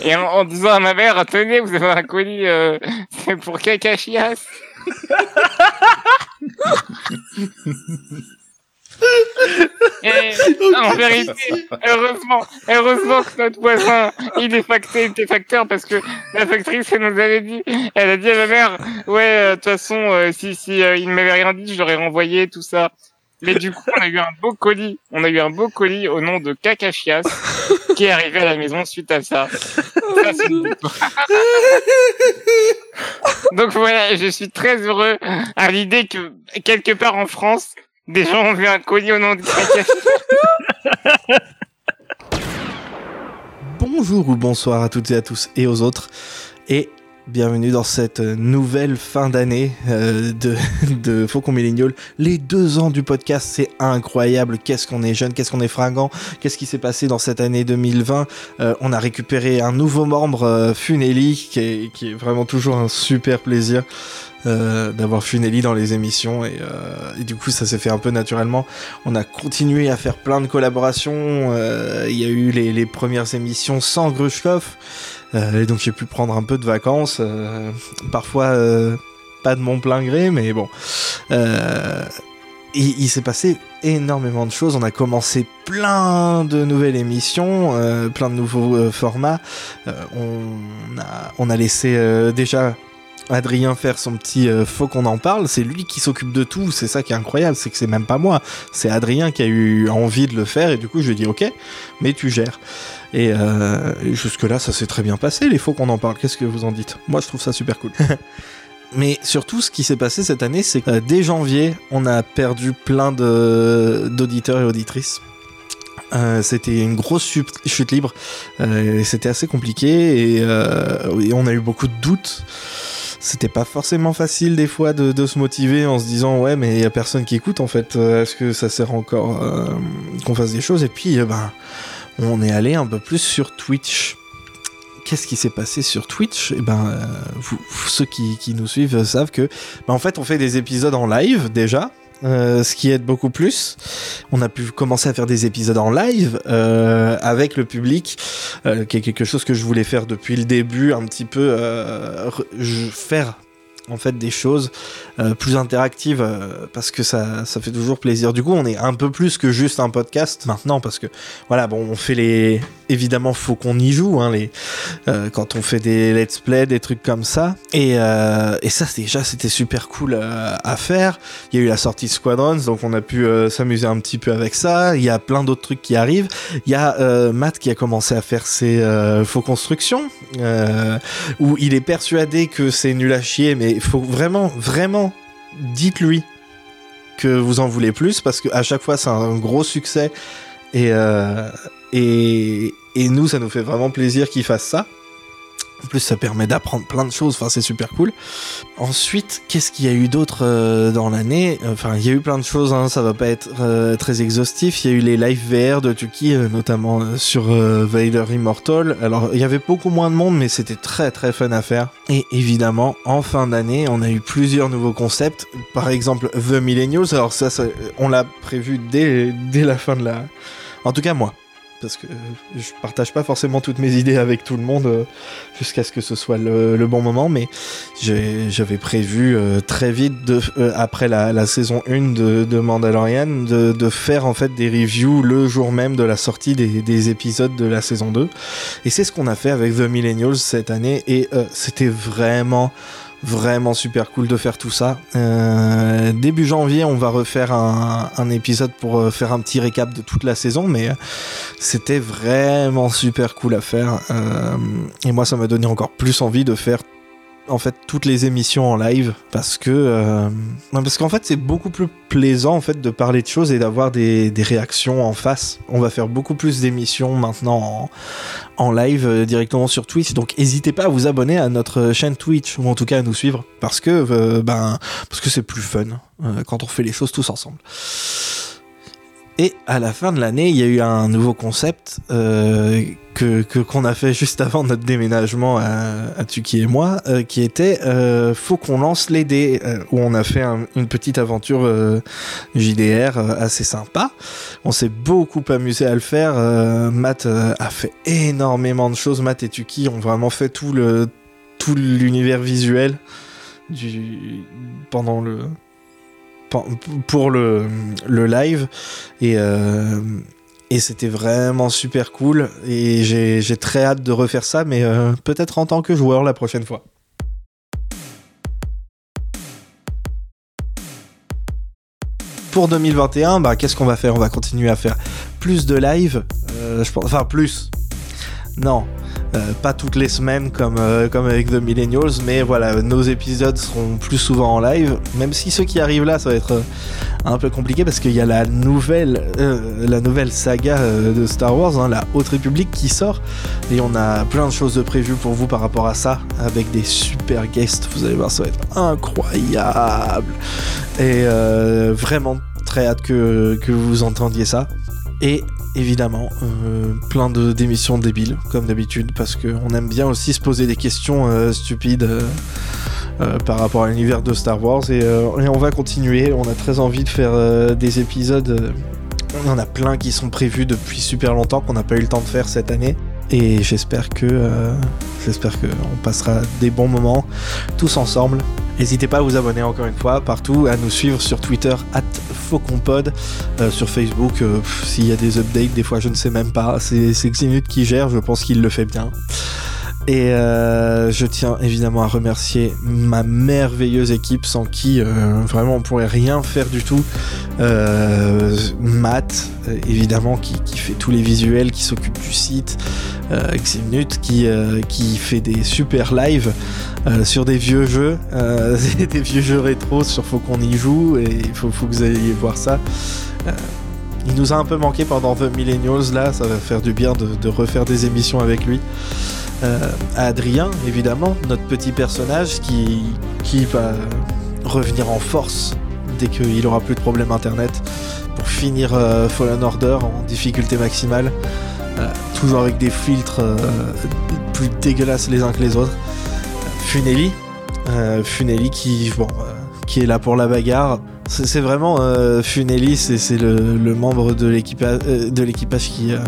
S4: Et en, en disant à ma mère, tenez, vous avez un colis, euh, c'est pour Kakachias. Et, en vérité, heureusement, heureusement que notre voisin, il est facté, il était facteur parce que la factrice, elle nous avait dit, elle a dit à ma mère, ouais, euh, de toute façon, euh, si, si, euh, il ne m'avait rien dit, je l'aurais renvoyé, tout ça. Mais du coup, on a eu un beau colis, on a eu un beau colis au nom de Kakachias, qui est arrivé à la maison suite à ça.
S6: Oh,
S4: Ça, c'est une donc voilà, je suis très heureux à l'idée que quelque part en France, des gens ont vu un colis au nom de
S3: Bonjour ou bonsoir à toutes et à tous et aux autres et bienvenue dans cette nouvelle fin d'année euh, de, de Faucon Millénial. Les deux ans du podcast, c'est incroyable. Qu'est-ce qu'on est jeune, qu'est-ce qu'on est fringant, qu'est-ce qui s'est passé dans cette année 2020. Euh, on a récupéré un nouveau membre, euh, Funeli, qui est, qui est vraiment toujours un super plaisir. euh, d'avoir Funeli dans les émissions et, euh, et du coup ça s'est fait un peu naturellement. On a continué à faire plein de collaborations. euh, Il y a eu les, les premières émissions sans Grushkov euh, et donc j'ai pu prendre un peu de vacances. euh, parfois euh, pas de mon plein gré mais bon. Euh, il, il s'est passé énormément de choses. On a commencé plein de nouvelles émissions, euh, plein de nouveaux euh, formats. Euh, on, a, on a laissé euh, déjà Adrien faire son petit euh, faut qu'on en parle, c'est lui qui s'occupe de tout, c'est ça qui est incroyable, c'est que c'est même pas moi, c'est Adrien qui a eu envie de le faire et du coup je lui ai dit ok, mais tu gères. Et, euh, et jusque-là ça s'est très bien passé, les faut qu'on en parle, qu'est-ce que vous en dites Moi je trouve ça super cool. Mais surtout, ce qui s'est passé cette année, c'est que euh, dès janvier, on a perdu plein de- d'auditeurs et auditrices. Euh, c'était une grosse chute, chute libre, euh, et c'était assez compliqué et, euh, et on a eu beaucoup de doutes. C'était pas forcément facile des fois de, de se motiver en se disant ouais mais y a personne qui écoute en fait. Euh, Est-ce que ça sert encore euh, qu'on fasse des choses Et puis euh, ben on est allé un peu plus sur Twitch qu'est-ce qui s'est passé sur Twitch Eh ben, euh, vous- vous- ceux qui, qui nous suivent euh, savent que, ben, en fait, on fait des épisodes en live déjà. euh, ce qui aide beaucoup plus. On a pu commencer à faire des épisodes en live euh, avec le public, euh, qui est quelque chose que je voulais faire depuis le début, un petit peu euh, re- je- faire en fait des choses euh, plus interactives euh, parce que ça, ça fait toujours plaisir. Du coup, on est un peu plus que juste un podcast maintenant parce que voilà, bon, on fait les évidemment faut qu'on y joue hein, les euh, quand on fait des let's play, des trucs comme ça et, euh, et ça c'est- déjà c'était super cool euh, à faire. Il y a eu la sortie de Squadrons donc on a pu euh, s'amuser un petit peu avec ça. Il y a plein d'autres trucs qui arrivent. Il y a euh, Matt qui a commencé à faire ses euh, faux constructions euh, où il est persuadé que c'est nul à chier mais faut vraiment vraiment dites-lui que vous en voulez plus parce que à chaque fois c'est un gros succès et, euh, et et nous ça nous fait vraiment plaisir qu'il fasse ça. En plus ça permet d'apprendre plein de choses, enfin c'est super cool. Ensuite, qu'est-ce qu'il y a eu d'autre euh, dans l'année Enfin il y a eu plein de choses, hein, ça va pas être euh, très exhaustif. Il y a eu les live VR de Tuki, euh, notamment euh, sur euh, Vader Immortal. Alors il y avait beaucoup moins de monde mais c'était très très fun à faire. Et évidemment, en fin d'année, on a eu plusieurs nouveaux concepts. Par exemple The Millennials, alors ça, ça, on l'a prévu dès, dès la fin de la... En tout cas moi parce que euh, je partage pas forcément toutes mes idées avec tout le monde euh, jusqu'à ce que ce soit le, le bon moment, mais j'ai- j'avais prévu euh, très vite, de, euh, après la, la saison 1 de, de Mandalorian, de, de faire en fait des reviews le jour même de la sortie des, des épisodes de la saison 2. Et c'est ce qu'on a fait avec The Millennials cette année, et euh, c'était vraiment vraiment super cool de faire tout ça. Euh, début janvier, on va refaire un, un épisode pour euh, faire un petit récap de toute la saison, mais euh, c'était vraiment super cool à faire. Euh, et moi, ça m'a donné encore plus envie de faire en fait toutes les émissions en live parce que euh, non, parce qu'en fait c'est beaucoup plus plaisant en fait de parler de choses et d'avoir des, des réactions en face on va faire beaucoup plus d'émissions maintenant en, en live euh, directement sur Twitch donc n'hésitez pas à vous abonner à notre chaîne Twitch ou en tout cas à nous suivre parce que euh, ben parce que c'est plus fun euh, quand on fait les choses tous ensemble et à la fin de l'année, il y a eu un nouveau concept euh, que que- qu'on a fait juste avant notre déménagement à, à Tuki et moi, euh, qui était euh, faut qu'on lance les dés, euh, où on a fait un- une petite aventure euh, JDR euh, assez sympa. On s'est beaucoup amusé à le faire. euh, Matt euh, a fait énormément de choses. Matt et Tuki ont vraiment fait tout le tout l'univers visuel du pendant le pen- pour le, le live et, euh, et c'était vraiment super cool et j'ai j'ai très hâte de refaire ça mais euh, peut-être en tant que joueur la prochaine fois. Pour 2021, bah, qu'est-ce qu'on va faire On va continuer à faire plus de live, euh, je pense, enfin plus. Non, euh, pas toutes les semaines comme, euh, comme avec The Millennials, mais voilà, nos épisodes seront plus souvent en live, même si ceux qui arrivent là, ça va être euh, un peu compliqué parce qu'il y a la nouvelle, euh, la nouvelle saga euh, de Star Wars, hein, la Haute République qui sort, et on a plein de choses de prévues pour vous par rapport à ça, avec des super guests, vous allez voir, ça va être incroyable, et euh, vraiment très hâte que, que vous entendiez ça. Et évidemment, euh, plein de démissions débiles, comme d'habitude, parce qu'on aime bien aussi se poser des questions euh, stupides euh, euh, par rapport à l'univers de Star Wars. Et, euh, et on va continuer, on a très envie de faire euh, des épisodes. euh, on en a plein qui sont prévus depuis super longtemps, qu'on n'a pas eu le temps de faire cette année. Et j'espère que euh, j'espère qu'on passera des bons moments tous ensemble. N'hésitez pas à vous abonner encore une fois partout, à nous suivre sur Twitter at Fauconpod, euh, sur Facebook euh, pff, s'il y a des updates, des fois je ne sais même pas. C'est c'est Xinut qui gère, je pense qu'il le fait bien. Et euh, je tiens évidemment à remercier ma merveilleuse équipe sans qui euh, vraiment on pourrait rien faire du tout. Euh, Matt, euh, évidemment, qui, qui fait tous les visuels, qui s'occupe du site. Euh, Ximnut qui, euh, qui fait des super lives euh, sur des vieux jeux, euh, des vieux jeux rétro sur Faut qu'on y joue et il faut, faut que vous alliez voir ça. Euh, il nous a un peu manqué pendant The Millennials, là, ça va faire du bien de, de refaire des émissions avec lui. Euh, à Adrien, évidemment, notre petit personnage qui, qui va revenir en force dès qu'il aura plus de problème internet pour finir euh, Fallen Order en difficulté maximale, Euh, toujours avec des filtres euh, plus dégueulasses les uns que les autres. Funeli, euh, Funeli qui, bon, euh, qui est là pour la bagarre. C'est c'est vraiment euh, Funeli, c'est c'est le, le membre de l'équipa- euh, de l'équipage qui, euh,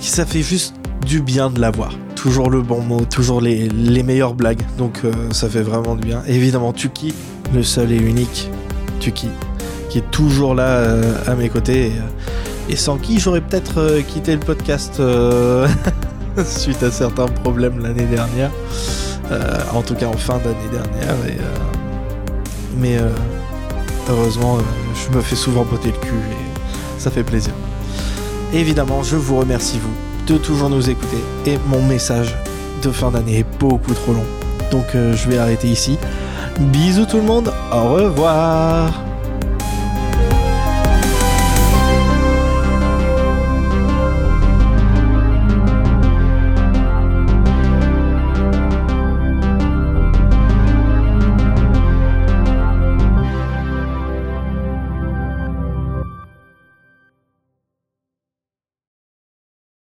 S3: qui- ça fait juste du bien de l'avoir. Tout toujours le bon mot, toujours les, les meilleures blagues. Donc euh, ça fait vraiment du bien. Évidemment, Tuki, le seul et unique Tuki, qui est toujours là euh, à mes côtés. Et, euh, et sans qui j'aurais peut-être euh, quitté le podcast euh, suite à certains problèmes l'année dernière. Euh, en tout cas en fin d'année dernière. Et, euh, mais euh, heureusement, euh, je me fais souvent botter le cul et ça fait plaisir. Évidemment, je vous remercie, vous, de toujours nous écouter. Et mon message de fin d'année est beaucoup trop long. Donc, euh, je vais arrêter ici. Bisous tout le monde, au revoir